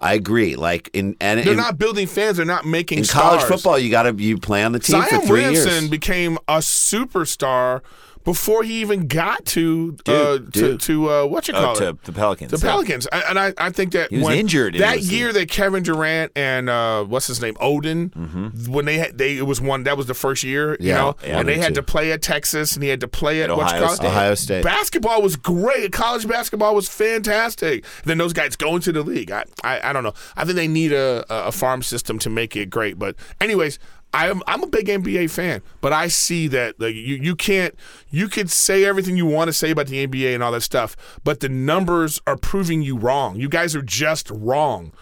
I agree. Like in and they're in, not building fans they're not making in college stars. football, you got to you play on the team Zion for three Williamson years. became a superstar before he even got to uh, Dude, to, dude. to uh, what you Oh, call it to the Pelicans. the yeah. Pelicans. I, and I, I think that He was when- injured in that those year that Kevin Durant and uh, what's his name Odin when they had they it was one that was the first year you Mm-hmm. Yeah, know yeah, and they me had too. to play at Texas and he had to play at, At what you Ohio call it? State. Ohio State. Basketball was great. College basketball was fantastic. Then those guys go into the league. I I, I don't know. I think they need a, a a farm system to make it great. But anyways. I'm, I'm a big NBA fan, but I see that like, you, you can't you could say everything you want to say about the NBA and all that stuff, but the numbers are proving you wrong. You guys are just wrong.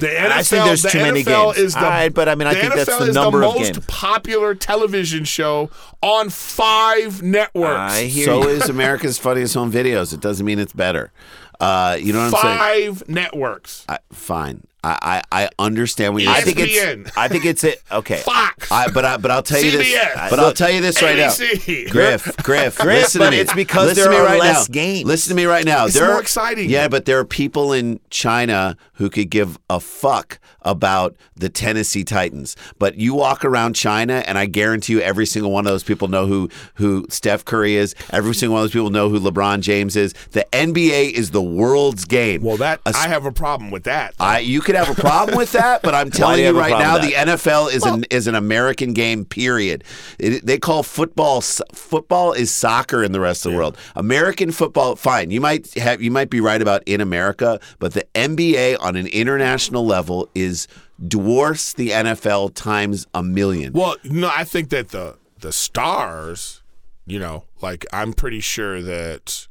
The NFL, I think there's the too many NFL games. is the, All right, but I mean, I the think that's NFL the is number the of most games. popular television show on five networks. I hear so you. (laughs) is America's Funniest Home Videos. It doesn't mean it's better. Uh, you know what I'm saying? five networks. I, fine. I, I, I understand what you're I saying. think ESPN. it's. I think it's it. Okay. Fox. I, but I, but I'll tell you this. CBS. But I'll tell you this right ABC. now, Griff, Griff, listen but to me. it's because listen there to me are right less now. games. Listen to me right now. It's there more are- exciting. Yeah, but there are people in China who could give a fuck about the Tennessee Titans. But you walk around China, and I guarantee you, every single one of those people know who who Steph Curry is. Every single one of those people know who LeBron James is. The NBA is the world's game. well, that A I have a problem with that. I, you could could have a problem with that, but (laughs) I'm telling do you you have a right problem now, with the NFL is an is an American game. Period. It, they call football so- football is soccer in the rest of the world. American football, fine. You might have you might be right about in America, but the NBA on an international level is dwarfs the NFL times a million. Well, no, I think that the the stars, you know, like I'm pretty sure that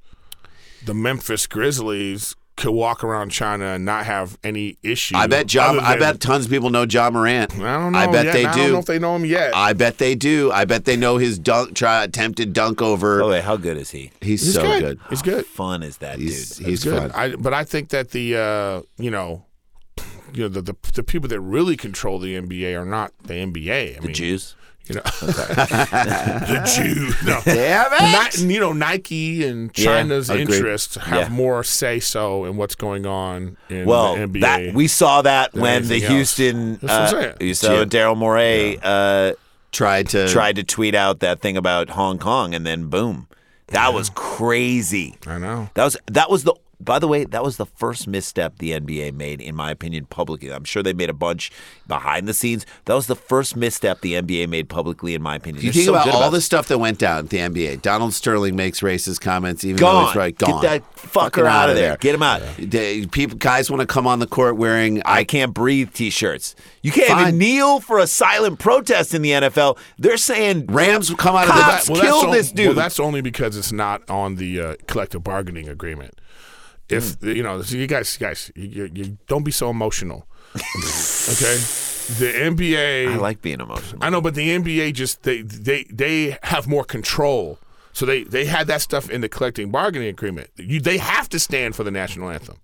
the Memphis Grizzlies could walk around China and not have any issue. I bet John. other I than- bet tons of people know John Morant. I don't know. I bet yet. they I do. don't know if they know him yet. I bet they do. I bet they know his dunk try attempted dunk over. Oh, wait, how good is he? he's, so good. good. He's How good. fun is that He's dude? he's fun. good. I, but I think that the uh, you know, you know the, the the people that really control the NBA are not the NBA. I The mean, Jews. you know, the Jews. No. (laughs) Damn Ni- you know, Nike and Yeah, China's agreed. interests have Yeah. more say so in what's going on in Well, the NBA. that we saw that when the anything else. Houston. That's what I'm uh, saying. so Daryl Morey uh, Tried to tried to tweet out that thing about Hong Kong, and then boom, that was crazy. I know. That was that was the. By the way, that was the first misstep the NBA made, in my opinion, publicly. I'm sure they made a bunch behind the scenes. That was the first misstep the NBA made publicly, in my opinion. You They're think so about good all the it. stuff that went down at the NBA. Donald Sterling makes racist comments, even though Gone. he's right. Gone. Get that Fucking fucker out outta of there. Get him out. They- people, guys want to come on the court wearing. I can't breathe t-shirts. You can't Fine. even kneel for a silent protest in the NFL. They're saying Rams will come out of the. Cops Well, killed that's on- this dude. Well, that's only because it's not on the uh, collective bargaining agreement. If Hmm. you know, so you guys, guys, you, you, you don't be (laughs) so emotional. okay, the NBA. I like being emotional. I know, but the NBA just they they they have more control. So they they had that stuff in the collective bargaining agreement. You they have to stand for the national anthem.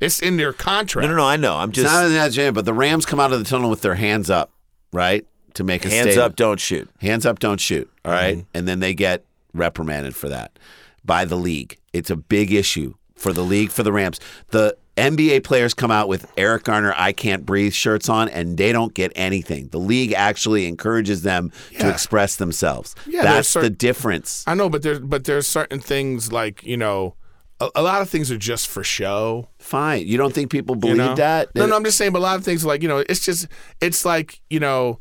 It's in their contract. No, no, no. I know. I'm It's just not in that jam, but the Rams come out of the tunnel with their hands up, right, to make a hands statement. up, don't shoot. hands up, don't shoot. All right? Mm-hmm. and then they get reprimanded for that by the league. It's a big issue for the league for the Rams. The NBA players come out with Eric Garner "I Can't Breathe" shirts on, and they don't get anything. The league actually encourages them to Yeah. express themselves. Yeah, there's That's the certain- difference. I know, but there's but there's certain things like you know, a, a lot of things are just for show. Fine, you don't think people you believe know? that? No, no, I'm just saying. But a lot of things like you know, it's just it's like you know,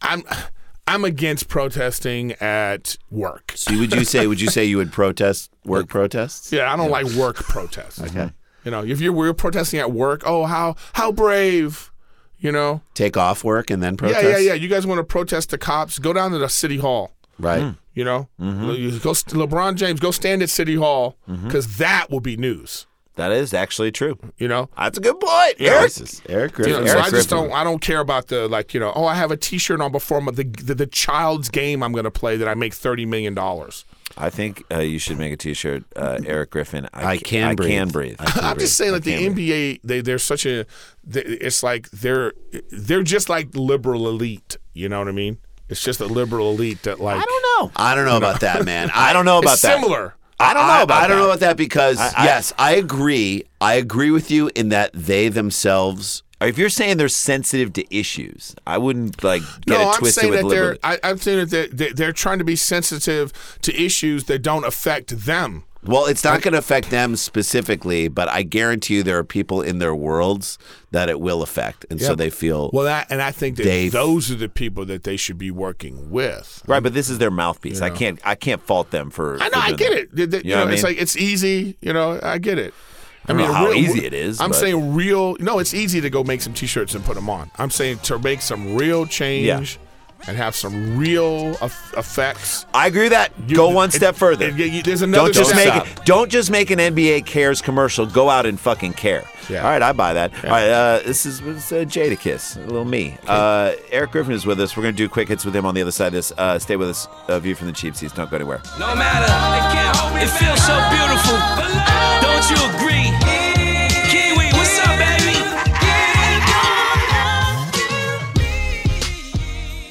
I'm I'm against protesting at work. See, would you say? Would you say you would protest work protests? Yeah, I don't like work protests. Okay. You know, if you're we're protesting at work, oh how how brave, you know. Take off work and then protest? Yeah, yeah, yeah. You guys want to protest the cops? Go down to the city hall. Right. Mm-hmm. You know, You go st- LeBron James. Go stand at city hall because that will be news. That is actually true. You know. That's a good point, Eric. Eric You know, Griffin. Eric so I just Griffin. don't. I don't care about the like. You know, oh, I have a T-shirt on before my, the, the the child's game I'm going to play that I make thirty million dollars. I think uh, you should make a T-shirt, uh, Eric Griffin. I ca- can I breathe. can breathe. I'm just saying that the can't NBA, they they're such a, they, it's like they're they're just like liberal elite. You know what I mean? It's just a liberal elite that like I don't know. I don't know about that, man. (laughs) I don't know about that. Similar. I don't know I, about I don't that. know about that because I- yes, I agree. I agree with you in that they themselves. If you're saying they're sensitive to issues, I wouldn't like get no, it I'm twisted saying with that liberal- they're. I, I'm saying that they're, they're- they're trying to be sensitive to issues that don't affect them. Well, it's not going to affect them specifically, but I guarantee you there are people in their worlds that it will affect, and so Yep. they feel. Well, that and I think that They- those are the people that they should be working with. right, but this is their mouthpiece. I can't. I can't fault them for. I for know, I doing get that. it. They- they- you You know know, what I it's mean? like it's easy. You know, I get it. I don't know how real- easy it is, I'm but- saying real. No, it's easy to go make some T-shirts and put them on. I'm saying to make some real change and have some real eff- effects. I agree with that. You- Go one it- step further. it- you- there's another. don't just step. make it, don't just make an NBA cares commercial. Go out and fucking care. Yeah. All right, I buy that. All right, uh, this is it's, uh, Jada Kiss, a little me. Uh, Eric Griffin is with us. We're gonna do quick hits with him on the other side of this. Uh, stay with us. A view from the cheap seats. Don't go anywhere. No matter, it can't hold me. It feels so beautiful. Don't you agree? Kiwi, what's up, baby?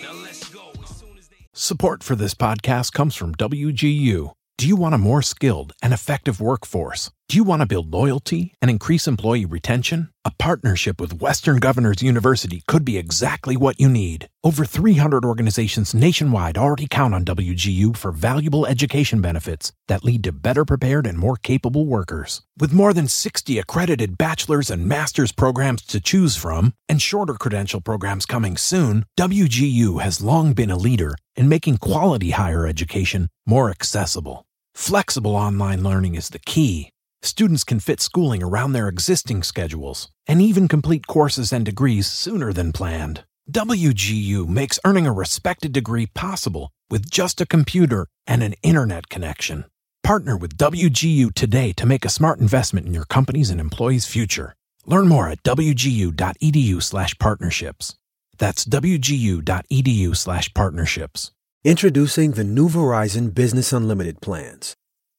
Now let's go. As soon as they- Support for this podcast comes from WGU. Do you want a more skilled and effective workforce? Do you want to build loyalty and increase employee retention? A partnership with Western Governors University could be exactly what you need. Over 300 organizations nationwide already count on WGU for valuable education benefits that lead to better prepared and more capable workers. With more than 60 accredited bachelor's and master's programs to choose from, and shorter credential programs coming soon, WGU has long been a leader in making quality higher education more accessible. Flexible online learning is the key. Students can fit schooling around their existing schedules and even complete courses and degrees sooner than planned. WGU makes earning a respected degree possible with just a computer and an internet connection. Partner with WGU today to make a smart investment in your company's and employees' future. Learn more at E wgu.edu/partnerships. That's wgu.edu/partnerships. Introducing the new Verizon Business Unlimited plans.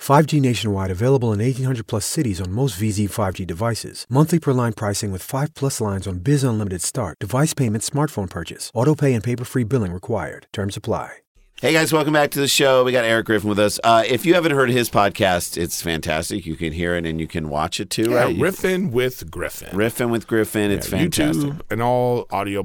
5G nationwide available in 1800 plus cities on most VZ 5G devices. Monthly per line pricing with 5 plus lines on Biz Unlimited Start. Device payment, smartphone purchase. Auto pay and paper free billing required. Terms apply. Hey guys, welcome back to the show. We got Eric Griffin with us. Uh, if you haven't heard his podcast, it's fantastic. You can hear it and you can watch it too, Yeah, right? You- riffing with Griffin. Riffin with Griffin. It's Yeah, fantastic. YouTube and all audio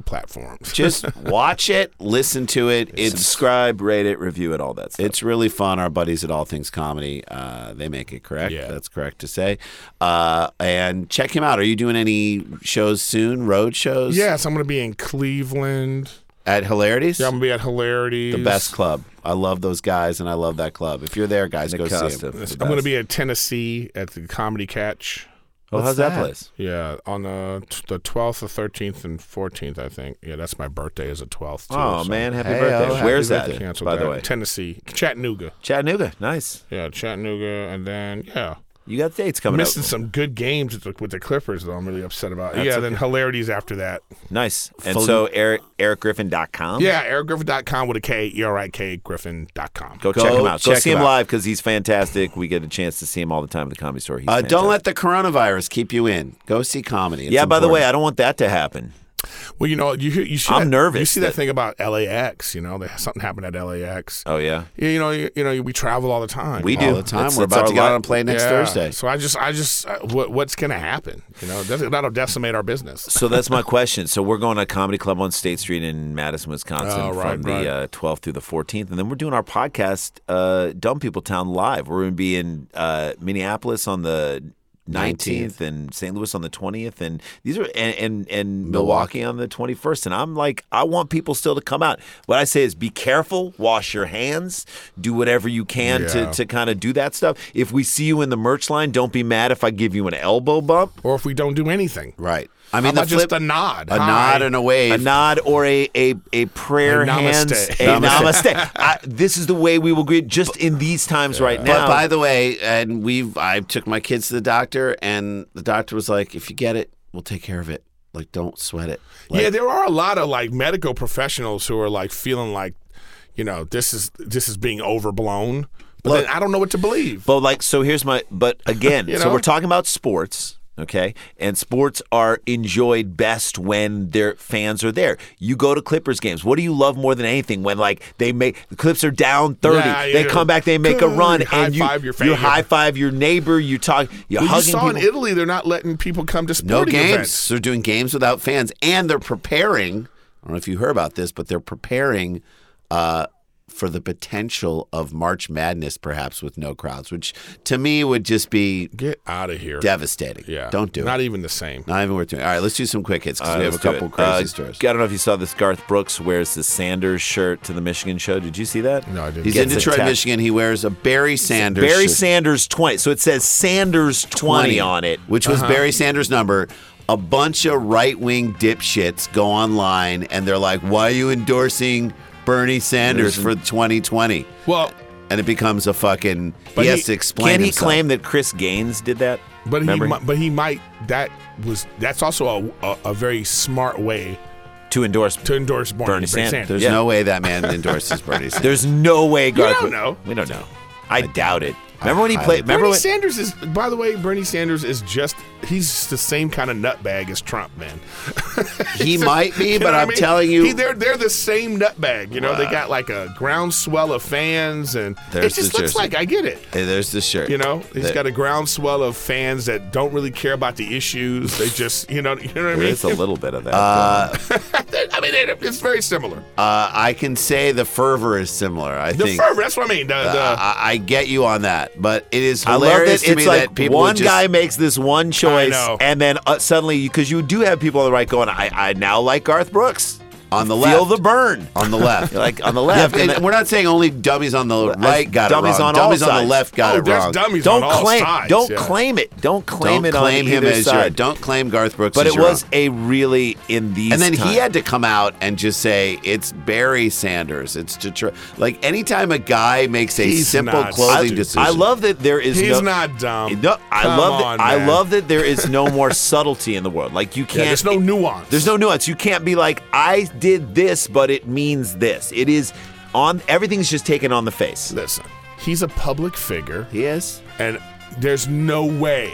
(laughs) platforms. Just watch it, listen to it. It's Subscribe, rate it, review it, all that stuff. It's really fun. Our buddies at All Things Comedy, uh, they make it correct. Yeah. That's correct to say. Uh, and check him out. Are you doing any shows soon? Road shows? yes, I'm going to be in Cleveland. At Hilarities? Yeah, I'm going to be at Hilarities. the best club. I love those guys and I love that club. If you're there, guys, go see Costa, them. the I'm going to best. be at Tennessee at the Comedy Catch. Well, how's What's that that place? place? Yeah, on the t- the 12th, the 13th, and 14th, I think. Yeah, that's my birthday is the 12th. Too, Oh so man, happy Hey, birthday! oh, happy Where's birthday. that? Canceled By that. the way, Tennessee, Chattanooga. Chattanooga, nice. Yeah, Chattanooga, and then yeah, You got dates coming missing up. some good games with the, with the Clippers though. I'm really upset about. That's yeah, okay. then hilarities after that. Nice. And Fully- so Eric ericgriffin.com. Yeah, ericgriffin.com with a K, E R I K Griffin dot com. Go, check him out. Go check see him him, out. live because he's fantastic. We get a chance to see him all the time at the comedy store. He's Uh, don't fantastic. let the coronavirus keep you in. Go see comedy. It's Yeah. By the way, important. I don't want that to happen. Well, you know, you hear- you see I'm that- nervous You see that- that thing about LAX. You know, that something happened at LAX. Oh yeah. Yeah, you know, you, you know, we travel all the time. we you know? do All all the time. It's- We're it's about our to get li- on a plane next Yeah. Thursday. So I just, I just, uh, what, what's going to happen? You know, that's, that'll decimate our business. So that's my question. So we're going to Comedy Club on State Street in Madison, Wisconsin, Oh, right, from the right. uh, 12th through the 14th, and then we're doing our podcast, uh, Dumb People Town Live. We're going to be in uh, Minneapolis on the 19th, and St. Louis on the 20th, and these are and and, and Milwaukee on the 21st. And I'm like, I want people still to come out. What I say is, be careful, wash your hands, do whatever you can to Yeah. to kind of do that stuff. If we see you in the merch line, don't be mad if I give you an elbow bump. or if we don't do anything. right. I I mean, mean, the flip, just a nod. a Hi. nod and a wave. a nod or a a, a prayer A namaste. hands a Namaste. namaste. I, this is the way we will greet just in these times right But now. by the way, and we've I took my kids to the doctor, and the doctor was like, "If you get it, we'll take care of it. Like, don't sweat it." Like, yeah, there are a lot of like medical professionals who are like feeling like, you know, this is this is being overblown. But Look- then I don't know what to believe. but like so here's my but again, (laughs) You so know? we're talking about sports. Okay, and sports are enjoyed best when their fans are there. You go to Clippers games. What do you love more than anything? When like they make the Clips are down thirty, Yeah, they you- come back, they make a run, You high and you five your you favorite. high five your neighbor. You talk, you're Well, you hugging saw in people. Italy, they're not letting people come to no sporting games. events. They're doing games without fans, and they're preparing. I don't know if you heard about this, but they're preparing uh, for the potential of March Madness, perhaps with no crowds, which to me would just be Get out of here. devastating. yeah, don't do Not it. even the same. Not even worth doing. All right, let's do some quick hits because Uh, we have a let's do couple it. crazy Uh, stories. I don't know if you saw this. Garth Brooks wears the Sanders shirt to the Michigan show. Did you see that? No, I didn't. He's in Gets Detroit, attacked. Michigan. He wears a Barry Sanders. Barry shirt. Sanders 20. So it says Sanders 20, on it. which was Barry Sanders' number. A bunch of right wing dipshits go online and they're like, "Why are you endorsing Bernie Sanders for 2020?" Well, And it becomes a fucking. But he he- has to explain. Can he himself. claim that Chris Gaines did that? but he, Remember? mi- but he might. That was that's also a, a, a very smart way to endorse. to endorse Bernie, Bernie Sanders. There's Yeah. no way that man (laughs) endorses Bernie Sanders. There's no way Garth. don't would- know. We don't know. I doubt it. Remember when he I- played? Remember Bernie when? Sanders is, by the way, Bernie Sanders is just, he's the same kind of nutbag as Trump, man. (laughs) He might be, You know but what I I'm mean? telling you, He- they're they're the same nutbag. You know, they got like a groundswell of fans, and There's it just the looks jersey. like I get it. Hey, there's the shirt. You know, he's There- got a groundswell of fans that don't really care about the issues. They just, you know, (laughs) you know what I mean. There's a little bit of that. I mean, it, it's very similar. Uh, I can say the fervor is similar. I The think. fervor. That's what I mean. The, the, Uh, I, I get you on that, but it is I love that hilarious to it's me like that people one just, guy makes this one choice, know. and then uh, suddenly, because you do have people on the right going, I, I now like Garth Brooks. on the left Feel the burn. on the left, (laughs) Like, on the left, Yeah, and and then- we're not saying only dummies on the right got dummies it wrong. on all dummies on the sides. left got oh, it there's wrong. dummies Don't on all claim. sides. don't yeah. claim it. Don't claim don't it claim on him either as your. side. Don't claim Garth Brooks. but as it your was own. a really in these. And then times. he had to come out and just say it's Barry Sanders. It's Detroit. Like anytime a guy makes a He's simple not clothing stupid. decision, I love that there is He's no, not dumb. No, I Um, Come love that, on, I man. love that there is (laughs) no more subtlety in the world. Like you can't Yeah, there's no nuance. There's no nuance. You can't be like, I did this, but it means this. It is on everything's just taken on the face. Listen, he's a public figure, Yes. and there's no way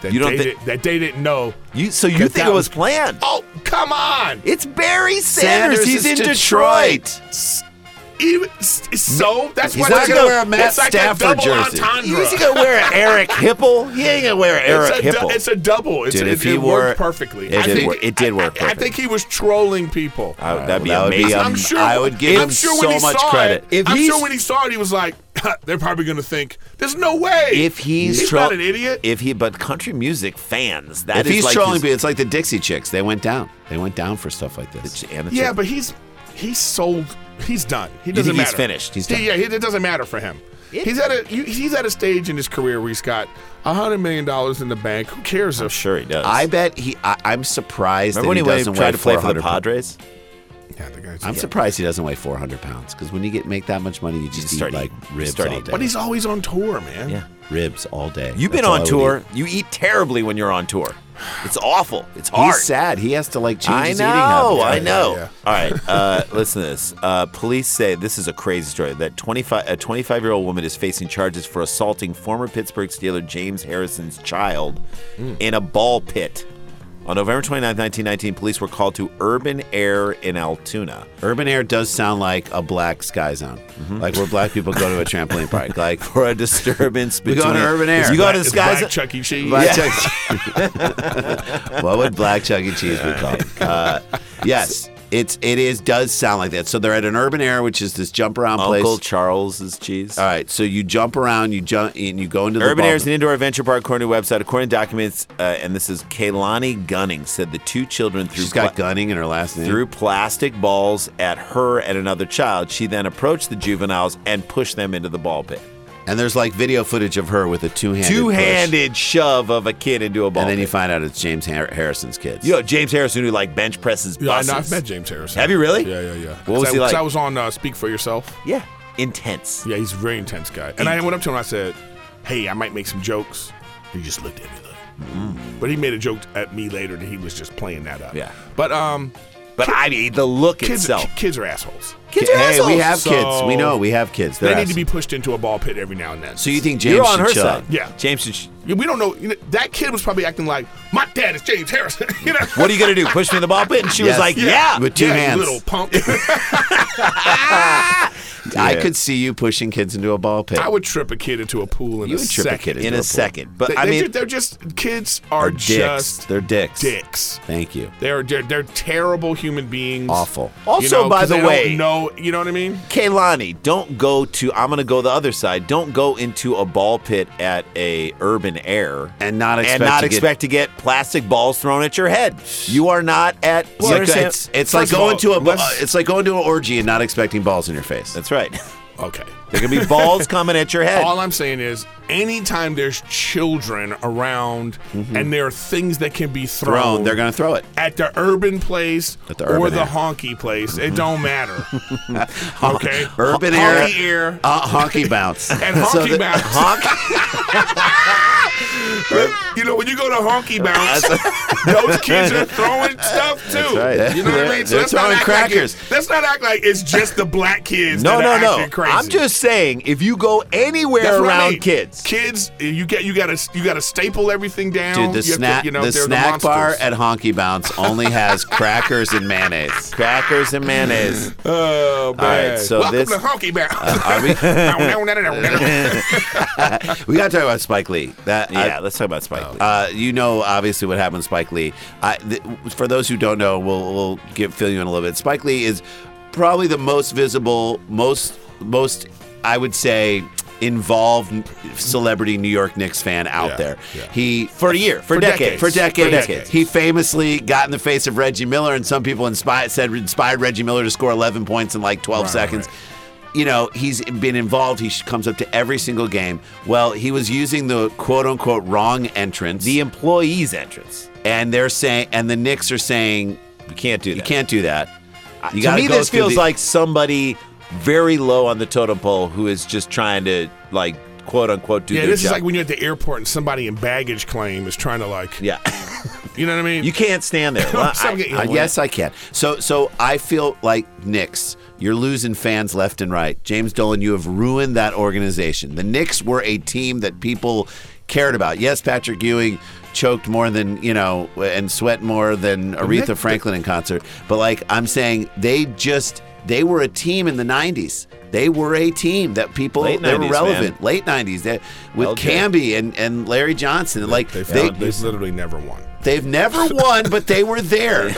that You don't they thi- did, that they didn't know. You so you That think that it was was- planned? Oh, come on! It's Barry Sanders. He's is in Detroit. Detroit. Even s- so, that's He's why not it's gonna like wear a Matt it's like Stafford a double jersey. Entendre. He's gonna wear an Eric (laughs) Hipple. He ain't gonna wear an Eric it's a, Hipple. du- it's a double. It's Dude, it, if he it were- worked perfectly. it I did think- work- it did work I, I, I perfect. think he was trolling people. I- that'd be That would be amazing. a- I'm sure. I would give I'm him sure so when he much saw credit. It, If I'm he's- sure when he saw it, he was like, (laughs) "They're probably going to think there's no way." if he's, he's tro- not an idiot. if he but country music fans, that is if he's like trolling his- people, it's like the Dixie Chicks. They went down. They went down for stuff like this. It's amateur. yeah, but he's he's sold. He's done. He doesn't think he's matter. finished? He's He- done. Yeah, he- it doesn't matter for him. It- he's at a you- he's at a stage in his career where he's got hundred million dollars in the bank. Who cares? I'm If, sure he does. I bet he. I, I'm surprised remember when that he he doesn't went, tried weigh to play for 400 the pounds. Padres. yeah, the guy's I'm yeah. surprised he doesn't weigh 400 pounds because when you get make that much money, you just just eat start like eating- ribs start all eating. day. But he's always on tour, man. Yeah. ribs all day. You've That's been all on I would tour. You eat terribly when you're on tour. It's awful. It's eat. hard. He's sad. He has to like change I his know. eating habits. I know. yeah. All right. Uh, (laughs) listen to this. Uh, police say this is a crazy story that 25 a 25 year old woman is facing charges for assaulting former Pittsburgh Steeler James Harrison's child in a ball pit. On November 29, 1919, police were called to Urban Air in Altoona. (laughs) Urban air does sound like a black sky zone, Mm-hmm. like where black people go (laughs) to a trampoline park. Like for a disturbance We go between to Urban Air. You go to the It's skies. black Chuck E. Cheese. Black Chuck E. (laughs) what would Black Chuck E. Cheese be (laughs) called? Uh, yes, it's it is does sound like that. So they're at an urban air, which is this jump around place. Uh, Uncle Charles's cheese. All right, so you jump around, you jump, and you go into the Urban ball- Air is an indoor adventure park, according to the website. According to documents, uh, and this is Kaylani Gunning said the two children threw She's got pla- gunning in her last name. threw plastic balls at her and another child. She then approached the juveniles and pushed them into the ball pit. And there's like video footage of her with a two-handed push. Two-handed shove of a kid into a ball. And then you pit. find out it's James Har- Harrison's kids. you know James Harrison who like bench presses Yeah, I buses. know, I've met James Harrison. Have you really? Yeah, yeah, yeah. What was I, he like? I was on uh, Speak for Yourself. Yeah, intense. Yeah, he's a very intense guy. And I went up to him and I said, "Hey, I might make some jokes." He just looked at me like, but he made a joke at me later that he was just playing that up. Yeah. But um, But I mean the look kids, itself. kids are assholes. Kids are hey, we assholes. have kids. We So- know we have kids. They They're need to be pushed into a ball pit every now and then. So you think James You're on should her chill side. out? Yeah. James. should sh- Yeah, we don't know, you know. That kid was probably acting like my dad is James Harrison. (laughs) you know. What are you gonna do? Push me in the ball pit? And she (laughs) was Yes. like, Yeah. "Yeah." With two yeah, you hands. little punk. (laughs) I Yeah. could see you pushing kids into a ball pit. I would trip a kid into a pool in You a would trip a second. kid in Liverpool. a second. But They, I mean, they're just kids are They're dicks. just They're dicks. dicks. Thank you. They're, they're they're terrible human beings. Awful. You Also, know, by 'cause the they don't way- know you know what I mean? Kaylani, don't go to. I'm gonna go the other side. Don't go into a ball pit at a urban air And not expect and not to get- expect to get plastic balls thrown at your head. You are not at. It's you like, understand? it's, it's like First of going all, to a let's- uh, it's like going to an orgy and not expecting balls in your face. That's right. Okay. There can be balls coming at your head. (laughs) All I'm saying is, anytime there's children around and there are things that can be thrown, Mm-hmm. thrown. They're going to throw it. at the urban place At the or urban the air. Mm-hmm. honky place. It don't (laughs) matter. okay. Urban honky air. air (laughs) (laughs) Uh, honky bounce. and honky the- bounce. honk- you know, when you go to (laughs) honky bounce, those kids are throwing stuff too. right. You know what I They're- mean? they're let's not throwing act like it- crackers. let's not act like it's just the black kids. No, that no, are no. acting Crazy. I'm just saying, if you go anywhere That's what I around mean. kids, Kids, you get you got to you got to staple everything Dude, down. the You have to- snack you know, the they're snack bar monsters. at Honky Bounce only (laughs) has crackers and mayonnaise. Crackers and mayonnaise. Oh man! right, so Welcome this- Uh, to honky bounce. Are (laughs) we? (laughs) That's we got to talk about Spike Lee. That I- yeah, let's talk about Spike. Lee. Uh, you know, obviously, what happened to Spike Lee. I, th- for those who don't know, we'll, we'll give, fill you in a little bit. Spike Lee is probably the most visible, most, most, I would say, involved celebrity New York Knicks fan out Yeah, there. yeah. He for a year, for, For decades, decades. for decades, For decades. He famously got in the face of Reggie Miller, and some people inspired, said inspired Reggie Miller to score 11 points in like 12 Right, seconds you know, he's been involved. He sh- comes up to every single game. Well, he was using the quote unquote wrong entrance. the employees' entrance. and they're saying, and the Knicks are saying, You can't do that. you can't do that. You to gotta me, go this through feels the- like somebody very low on the totem pole who is just trying to like quote unquote do yeah, their this is job. like when you're at the airport and somebody in baggage claim is trying to like, (laughs) yeah, you know what I mean? you can't stand (laughs) there. Well, Some I- get- Uh, yes, I can. So, so I feel like Knicks. You're losing fans left and right. James Dolan, you have ruined that organization. The Knicks were a team that people cared about. Yes, Patrick Ewing choked more than you know and sweat more than Aretha Knicks- Franklin in concert. But like I'm saying, they just they were a team in the '90s. They were a team that people Late they were 90s, relevant. man. Late '90s, they, with LJ. Camby and, and Larry Johnson. Like they, they, found, they literally never won. they've (laughs) never won, but they were there.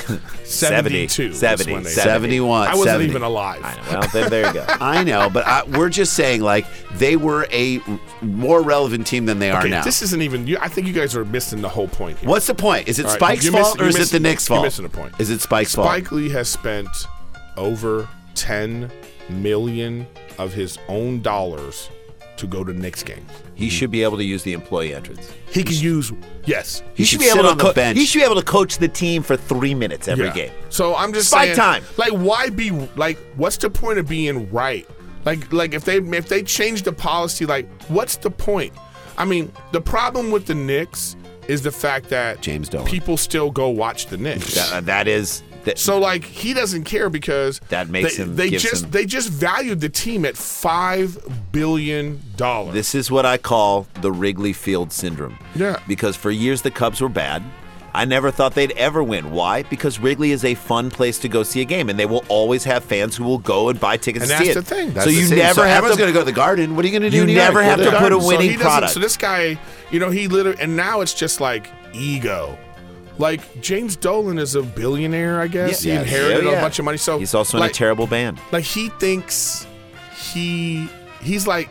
70, 72. was 70, when they- 71. I wasn't 70. even alive. I know. Well, there, there you go. I know, but I, we're just saying (laughs) like they were a more relevant team than they are Okay, now. this isn't even. You, I think you guys are missing the whole point. Here. What's the point? Is it All right, Spike's you're fault or missing- you're is it the missing- Knicks' you're fault? missing a point. Is it Spike's Spike fault? Lee has spent over 10 million of his own dollars to go to Knicks games. He should be able to use the employee entrance. He could use yes. He should sit on the bench. He should be able to coach the team for three minutes every Yeah. game. So I'm just Spike saying, time. Like, why be like? What's the point of being right? Like, like if they if they change the policy, like, what's the point? I mean, the problem with the Knicks is the fact that James Dolan. people still go watch the Knicks. That- uh, that is that, So like he doesn't care because That makes they, him- They gives just him- they just valued the team at five billion dollars. This is what I call the Wrigley Field syndrome. Yeah. Because for years the Cubs were bad. I never thought they'd ever win. Why? Because Wrigley is a fun place to go see a game, and they will always have fans who will go and buy tickets And to see that's it. the thing. so That's the you thing. never So have everyone's to. going to go to the Garden. What are you going to do? You in New York? never Go have to to the put a Garden. win- winning so he doesn't- product. So this guy, you know, he literally, and now it's just like ego. Like James Dolan is a billionaire, I guess. Yeah. He Yes. inherited Yeah, yeah. a bunch of money, so He's also in like, a terrible band. Like he thinks he he's like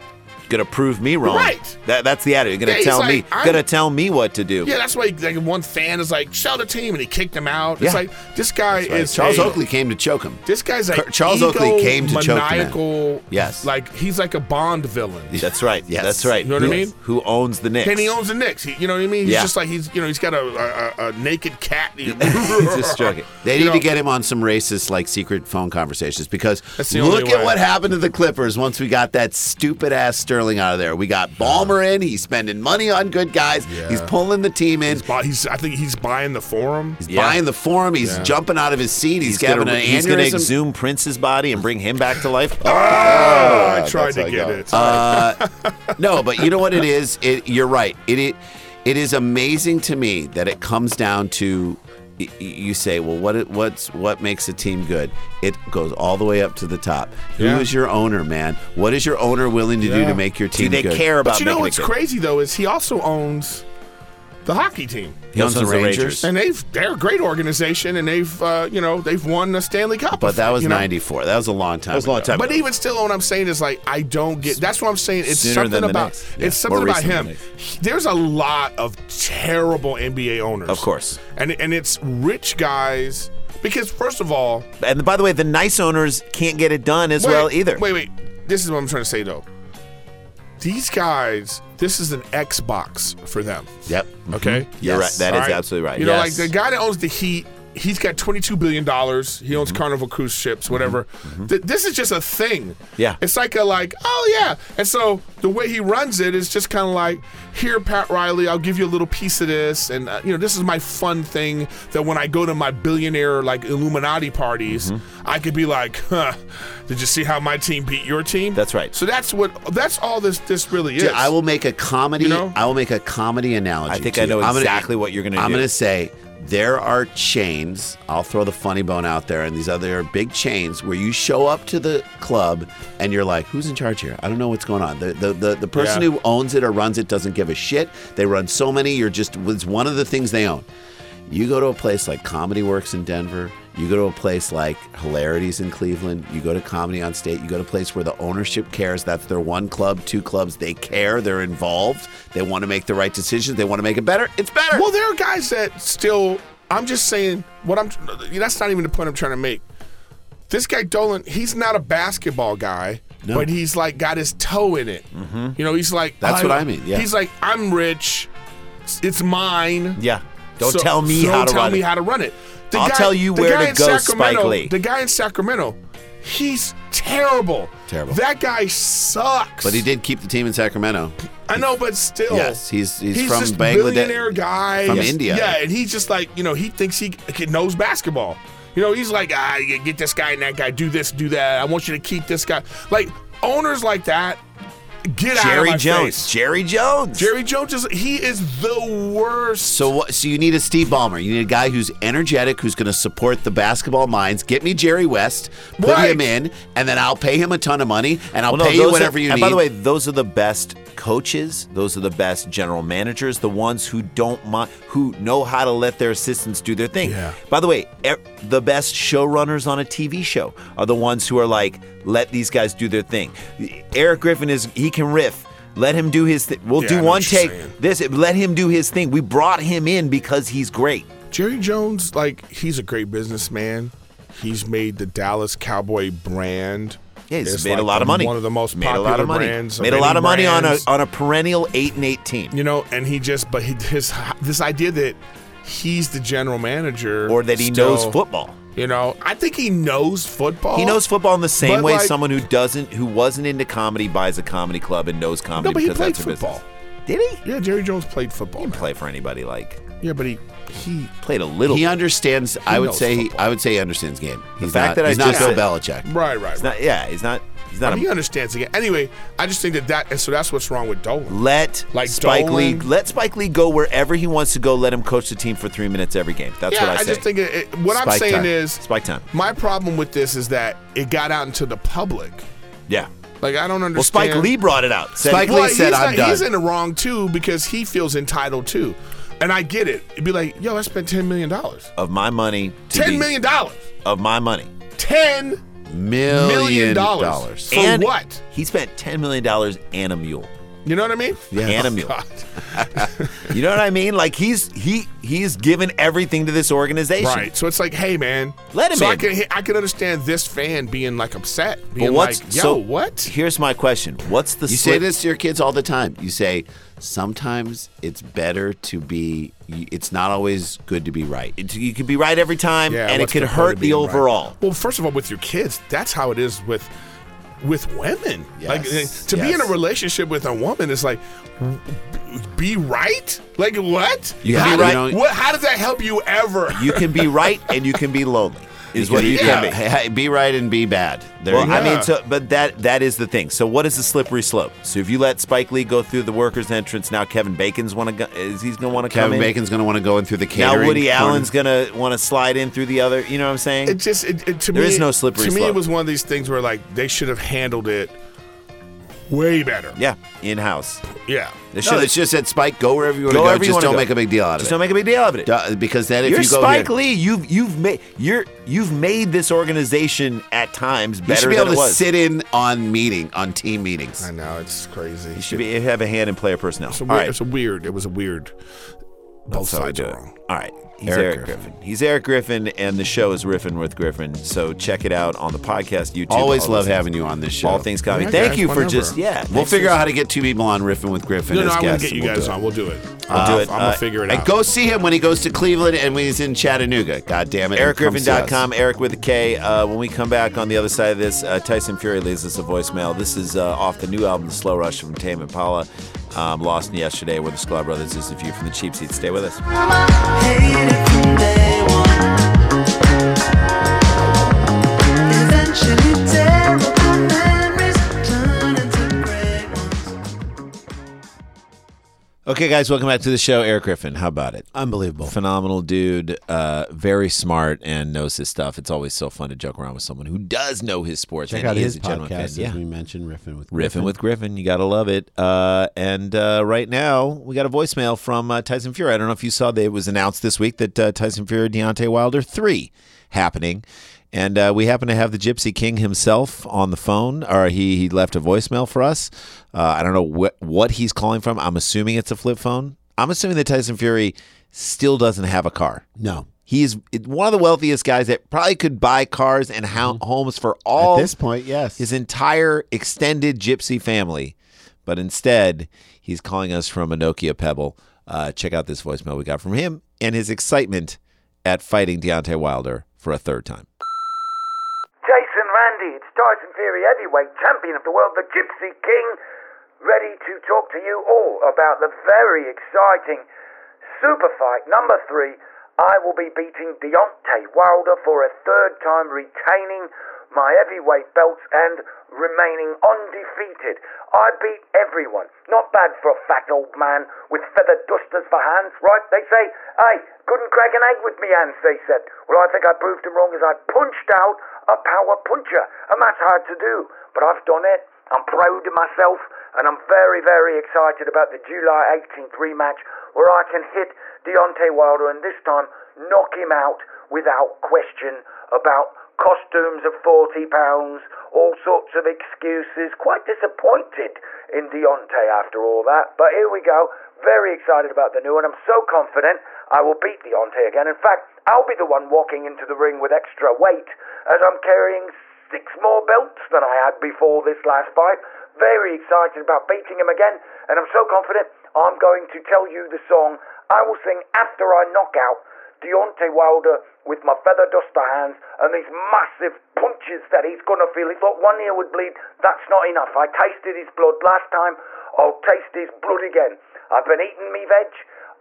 Gonna prove me wrong. Right. That, that's the attitude. Gonna Yeah, he's tell me. like, I'm- gonna tell me what to do. yeah. That's why like one fan is like sell the team, and he kicked him out. Yeah. It's like this guy Right. is Charles a- Oakley came to choke him. This guy's Car- like Charles Oakley came to choke the man. maniacal. Yes. like he's like a Bond villain. That's right. Yes. That's right. You know what I Who- mean? Who owns the Knicks? And (laughs) he owns the Knicks. He, you know what I mean? He's Yeah. just like he's you know he's got a a, a, a naked cat. (laughs) He's just joking. They You need to know- get him on some racist, like secret phone conversations because That's the only look at way. what happened to the Clippers once we got that stupid ass Sterling out of there. We got Ballmer in. He's spending money on good guys. He's pulling the team in. He's, buy, he's I think he's buying the forum. He's Yeah. buying the forum. He's jumping out of his seat. He's, He's having gonna, an he's gonna aneurysm. exhume Prince's body and bring him back to life. (laughs) Ah, I tried that's how to I get got it. it. Uh, (laughs) no, but you know what it is. It, you're right. It, it it is amazing to me that it comes down to y- y- you say, well, what it- what's what makes a team good? It goes all the way up to the top. Yeah. Who is your owner, man? What is your owner willing to do Yeah. to make your team do they good? care about but you know making what's it good? crazy though is he also owns the hockey team, He owns the Those ones are Rangers. and they've they're a great organization, and they've uh, you know they've won the Stanley Cup. But that was you know? '94. That was a long time. That was a long time But even still, what I'm saying is like I don't get. That's what I'm saying. It's Sooner than something the about Knicks. Yeah, it's something more about recent than him. the He- There's a lot of terrible NBA owners, Of course. and and it's rich guys because first of all, And by the way, the nice owners can't get it done as wait, well either. Wait, wait. This is what I'm trying to say though. These guys, this is an Xbox for them. Yep. Mm-hmm. Okay, You're Yes. Mm-hmm. right. That is All absolutely right. You know, like yes. the guy that owns the Heat he's got 22 billion dollars. He Mm-hmm. owns Carnival cruise ships, whatever. Th- this is just a thing. Yeah. it's like a like, oh yeah. And so the way he runs it is just kind of like, here, Pat Riley, I'll give you a little piece of this, and uh, you know, this is my fun thing that when I go to my billionaire like Illuminati parties, Mm-hmm. I could be like, huh, did you see how my team beat your team? That's right. So that's what that's all this this really is. Dude, I will make a comedy. You know? I will make a comedy analogy. I think to I know you. I'm gonna- exactly what you're gonna I'm do. gonna say there are chains. I'll throw the funny bone out there, and these other big chains where you show up to the club and you're like, "Who's in charge here? I don't know what's going on." The the the, the person Yeah. who owns it or runs it doesn't give a shit. They run so many. You're just it's one of the things they own. You go to a place like Comedy Works in Denver. You go to a place like Hilarities in Cleveland. You go to Comedy on State. You go to a place where the ownership cares. That's their one club, two clubs. They care. They're involved. They want to make the right decisions. They want to make it better. It's better. Well, there are guys that still. I'm just saying what I'm. That's not even the point I'm trying to make. This guy Dolan, he's not a basketball guy, but he's like got his toe in it. Mm-hmm. You know, he's like That's what I mean, yeah. he's like I'm rich, it's mine. Yeah. Don't So- tell me don't how to tell run me it. how to run it. The I'll tell you the where guy to in go, Spike Sacramento- Lee. The guy in Sacramento, he's terrible. Terrible. That guy sucks. But he did keep the team in Sacramento. I know, but still. Yes, he's- he's from this Bangladesh- billionaire guy from India. Yeah, and he's just like you know he thinks he c- knows basketball. You know, he's like ah, you get this guy and that guy, do this, do that. I want you to keep this guy. Like owners like that, get out of Jerry my Jones. face. Jerry Jones. Jerry Jones is he is the worst. So what? So you need a Steve Ballmer. You need a guy who's energetic, who's going to support the basketball minds. Get me Jerry West, put Right. him in, and then I'll pay him a ton of money, and I'll Well, no, pay you those whatever are, you and need. by the way, those are the best coaches. Those are the best general managers. The ones who don't mind, who know how to let their assistants do their thing. Yeah. By the way, e- the best showrunners on a TV show are the ones who are like, let these guys do their thing. Eric Griffin is he can riff. Let him do his thing. We'll Yeah, I do know one what you're take. saying. This let him do his thing. We brought him in because he's great. Jerry Jones, like he's a great businessman. He's made the Dallas Cowboy brand. Yeah, he's It's made a like lot of the- money. One of the most made popular a lot of money. brands. made a lot any of money on a brands. on a perennial eight and eight team. You know, and he just but he, his this idea that he's the general manager or that he still, knows football. You know, I think he knows football. He knows football in the same But, way like- someone who doesn't, who wasn't into comedy, buys a comedy club and knows comedy No, but he because played that's her football. business. Did he? Yeah, Jerry Jones played He football. didn't man. play for anybody. Like Yeah, but he he played a little. he understands. I would knows say. he- football. I would say he understands game. He's fact not. that I he's not just Bill said- Belichick. right right. he's right. not. Yeah, he's not. He's I not. mean, he a, understands again. Anyway, I just think that that and so that's what's wrong with Dolan. let Like Spike Lee. Dolan. Let Spike Lee go wherever he wants to go. Let him coach the team for three minutes every game. That's yeah, what I say. just think it, it- what I'm Spike saying time. is Spike time. My problem with this is that it got out into the public. yeah. Like I don't understand. Well, Spike Lee brought it out. Said, Spike Lee Well, said, he's "I'm not- done." He's in the wrong too because he feels entitled too, and I get it. It'd be like, yo, I spent ten million dollars. of my money. To Ten be- million dollars. of my money. Ten million dollars for and what? He spent ten million dollars and a mule. You know what I mean? Yeah. And a (laughs) Oh, mule. God. You know what I mean? Like he's he he's given everything to this organization. Right. So it's like, hey, man, Let him So I in. can I can understand this fan being like upset, being But what's like, yo, so? what? Here's my question. What's the You say slip- this to your kids all the time. You say sometimes it's better to be. It's not always good to be right. It- You could be right every time, Yeah, and it what's could the point hurt of the being right? overall. Well, first of all, with your kids, that's how it is with with women. Like eh, Yes, to be in a yes. relationship with a woman is like be right? Like what? You how gotta do- be right. what- how does that help you ever? You can be right and you can (laughs) be lonely. Is what you yeah, can be. hey, be right and be bad. There Well, you go. I mean, Yeah. so, but that that is the thing. So, what is the slippery slope? So, if you let Spike Lee go through the workers' entrance, now Kevin Bacon's want to is he's gonna want to come Kevin in. Bacon's going to want to go in through the now catering. Woody corner. Allen's gonna want to slide in through the other. You know what I'm saying? It just it, it, to There me is no slippery To me, slope. it was one of these things where like they should have handled it way better. yeah, in house. Yeah. They No, should've- it's just that Spike, go wherever you want to Go go. wherever you Just wanna don't go. make a big deal out of Just it. don't make a big deal of it. Duh, because then if you're you go Spike here, Lee. You've you've made you're you've made this organization at times you should better be than able it to was. sit in on meeting on team meetings. I know it's crazy. you should be, have a hand in player personnel. It's a All weird. right, It's a weird. It was a weird. that's Both how we sides do are it. wrong. All right, he's Eric Eric, Griffin. He's Eric Griffin, and the show is Riffin with Griffin. So check it out on the podcast, YouTube. Always all love those having things. you on this show. All things comedy. Yeah, Thank guys, you for whenever. just yeah. We'll thanks figure for- out how to get two people on riffing with Griffin No, no, as I want guests. to get and you we'll guys do it. on. We'll do it. I'll do f- it. I'm gonna figure it and out. go see him when he goes to Cleveland and when he's in Chattanooga. God damn it. and come see us. EricGriffin.com, Eric with a K. Uh, when we come back on the other side of this, uh, Tyson Fury leaves us a voicemail. This is uh, off the new album, The Slow Rush from Tame Impala. Um, Lost in Yesterday, where the Sklar Brothers is the view from the cheap seat. Stay with us. Okay, guys, welcome back to the show. Eric Griffin, how about it? Unbelievable. Phenomenal dude, uh, very smart and knows his stuff. It's always so fun to joke around with someone who does know his sports. Check and out he his is a gentleman fan. podcast. Yeah. As we mentioned, Riffin with Riffing with Griffin. You got to love it. Uh, and uh, right now, we got a voicemail from uh, Tyson Fury. I don't know if you saw that it was announced this week that uh, Tyson Fury Deontay Wilder 3 happening. And uh, we happen to have the Gypsy King himself on the phone, or he, he left a voicemail for us. Uh, I don't know what, what he's calling from. I'm assuming it's a flip phone. I'm assuming that Tyson Fury still doesn't have a car. No. He is one of the wealthiest guys that probably could buy cars and ho- homes for all Mm-hmm. At this point, yes. his entire extended gypsy family. But instead, he's calling us from a Nokia Pebble. Uh, check out this voicemail we got from him and his excitement at fighting Deontay Wilder for a third time. Jason Randy, it's Tyson Fury heavyweight champion of the world, the Gypsy King, ready to talk to you all about the very exciting super fight number three. I will be beating Deontay Wilder for a third time, retaining my heavyweight belts and remaining undefeated. I beat everyone. Not bad for a fat old man with feather dusters for hands, right? They say, hey, couldn't crack an egg with me hands, they said. Well, I think I proved them wrong as I punched out a power puncher, and that's hard to do. But I've done it. I'm proud of myself, and I'm very, very excited about the July 18th rematch where I can hit Deontay Wilder and this time knock him out without question about costumes of 40 pounds, all sorts of excuses. Quite disappointed in Deontay after all that, but here we go. Very excited about the new one. I'm so confident I will beat Deontay again. In fact, I'll be the one walking into the ring with extra weight as I'm carrying six more belts than I had before this last fight. Very excited about beating him again, and I'm so confident I'm going to tell you the song I will sing after I knock out Deontay Wilder with my feather duster hands and these massive punches that he's gonna feel. He thought one ear would bleed. That's not enough. I tasted his blood last time. I'll taste his blood again. I've been eating me veg.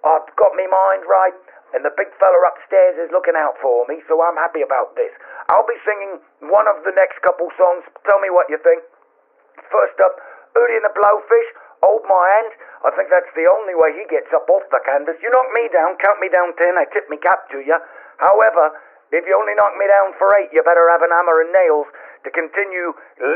I've got me mind right. And the big fella upstairs is looking out for me, so I'm happy about this. I'll be singing one of the next couple songs. Tell me what you think. First up, Udi and the Blowfish, hold my hand. I think that's the only way he gets up off the canvas. You knock me down, count me down ten, I tip me cap to you. However, if you only knock me down for eight, you better have an hammer and nails to continue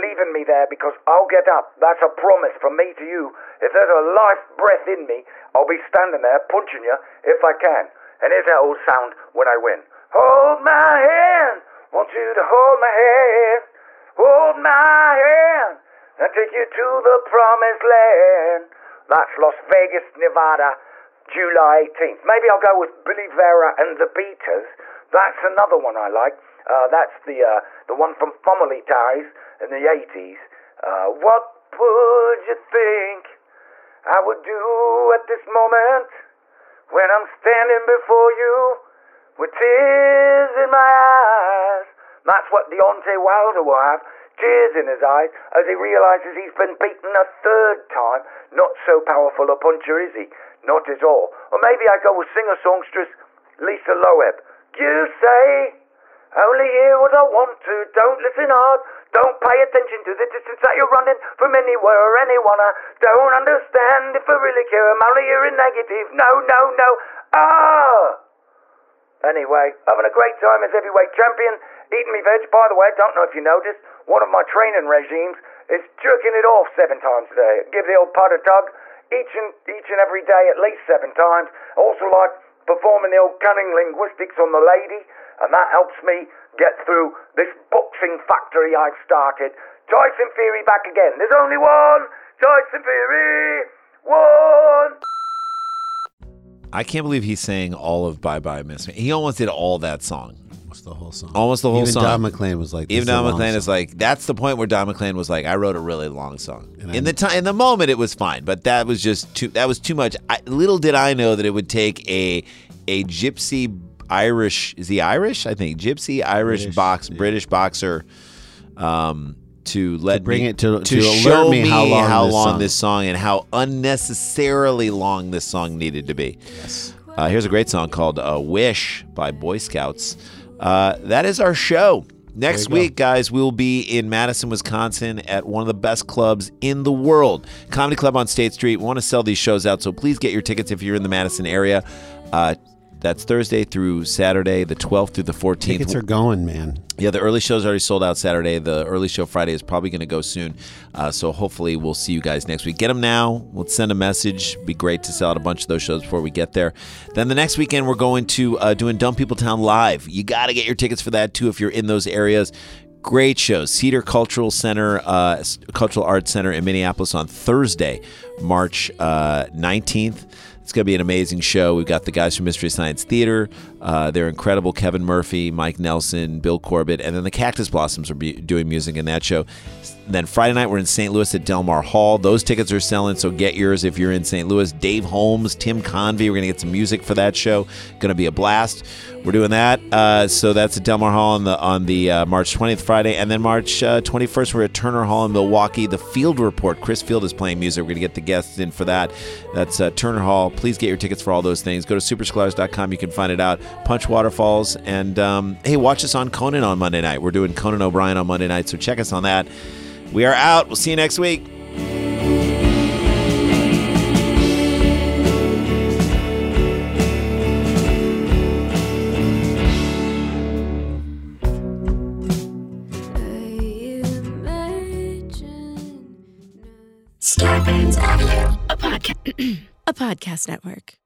leaving me there because I'll get up. That's a promise from me to you. If there's a life breath in me, I'll be standing there punching you if I can. And here's how it'll sound when I win. Hold my hand, want you to hold my hand. Hold my hand and take you to the promised land. That's Las Vegas, Nevada, July 18th. Maybe I'll go with Billy Vera and the Beaters. That's another one I like. Uh, that's the uh, the one from Family Ties in the 80s. Uh, what would you think I would do at this moment when I'm standing before you? with tears in my eyes. That's what Deontay Wilder will have, tears in his eyes, as he realizes he's been beaten a third time. Not so powerful a puncher, is he? Not at all. Or maybe I go with singer songstress Lisa Loeb. You say, only hear what I want to, don't listen hard. Don't pay attention to the distance that you're running from anywhere or anyone. I don't understand if I really care. I'm only hearing negative. No, no, no. Ah! Anyway, having a great time as heavyweight champion, eating me veg. By the way, I don't know if you noticed, one of my training regimes is jerking it off seven times a day. Give the old putter tug each and each and every day at least seven times. I also like performing the old cunning linguistics on the lady, and that helps me get through this boxing factory I've started. Tyson Fury back again. There's only one Tyson Fury. One. I can't believe he's saying all of Bye Bye Miss Me. He almost did all that song. almost the whole song. Almost the whole Even song. Don McLean was like, this even is a Don long McLean song. is like, that's the point where Don McLean was like, I wrote a really long song. in the time, in the moment, it was fine, but that was just too. That was too much. I, little did I know that it would take a a gypsy Irish. Is he Irish? I think gypsy Irish, box British boxer. Um, to let bring me- it to- to to alert show me how long how this long song- this song and how unnecessarily long this song needed to be. Yes. Uh, here's a great song called uh, Wish by Boy Scouts. Uh, that is our show. Next week, guys, we'll be in Madison, Wisconsin at one of the best clubs in the world, Comedy Club on State Street. We want to sell these shows out, so please get your tickets if you're in the Madison area. Uh, that's Thursday through Saturday, the 12th through the 14th. Tickets are going, man. Yeah, the early show's already sold out Saturday. The early show Friday is probably going to go soon. Uh, so hopefully we'll see you guys next week. Get them now. Let's send a message. Be great to sell out a bunch of those shows before we get there. Then the next weekend we're going to uh, doing Dumb People Town live. You got to get your tickets for that too if you're in those areas. Great show, Cedar Cultural Center, uh, S- Cultural Arts Center in Minneapolis on Thursday, March uh, 19th. It's going to be an amazing show. We've got the guys from Mystery Science Theater. Uh, they're incredible. Kevin Murphy, Mike Nelson, Bill Corbett, and then the Cactus Blossoms are be- doing music in that show. S- Then Friday night, we're in St. Louis at Del Mar Hall. Those tickets are selling, so get yours if you're in St. Louis. Dave Holmes, Tim Convey, we're going to get some music for that show. Going to be a blast. We're doing that. Uh, so that's at Del Mar Hall on the on the uh, March 20th Friday, and then March uh, 21st we're at Turner Hall in Milwaukee. The Field Report. Chris Field is playing music. We're gonna get the guests in for that. That's uh, Turner Hall. Please get your tickets for all those things. Go to superscholars.com. You can find it out. Punch Waterfalls, and um, hey, watch us on Conan on Monday night. We're doing Conan O'Brien on Monday night, so check us on that. We are out. We'll see you next week. Starbane's Audio, a podcast, a podcast network.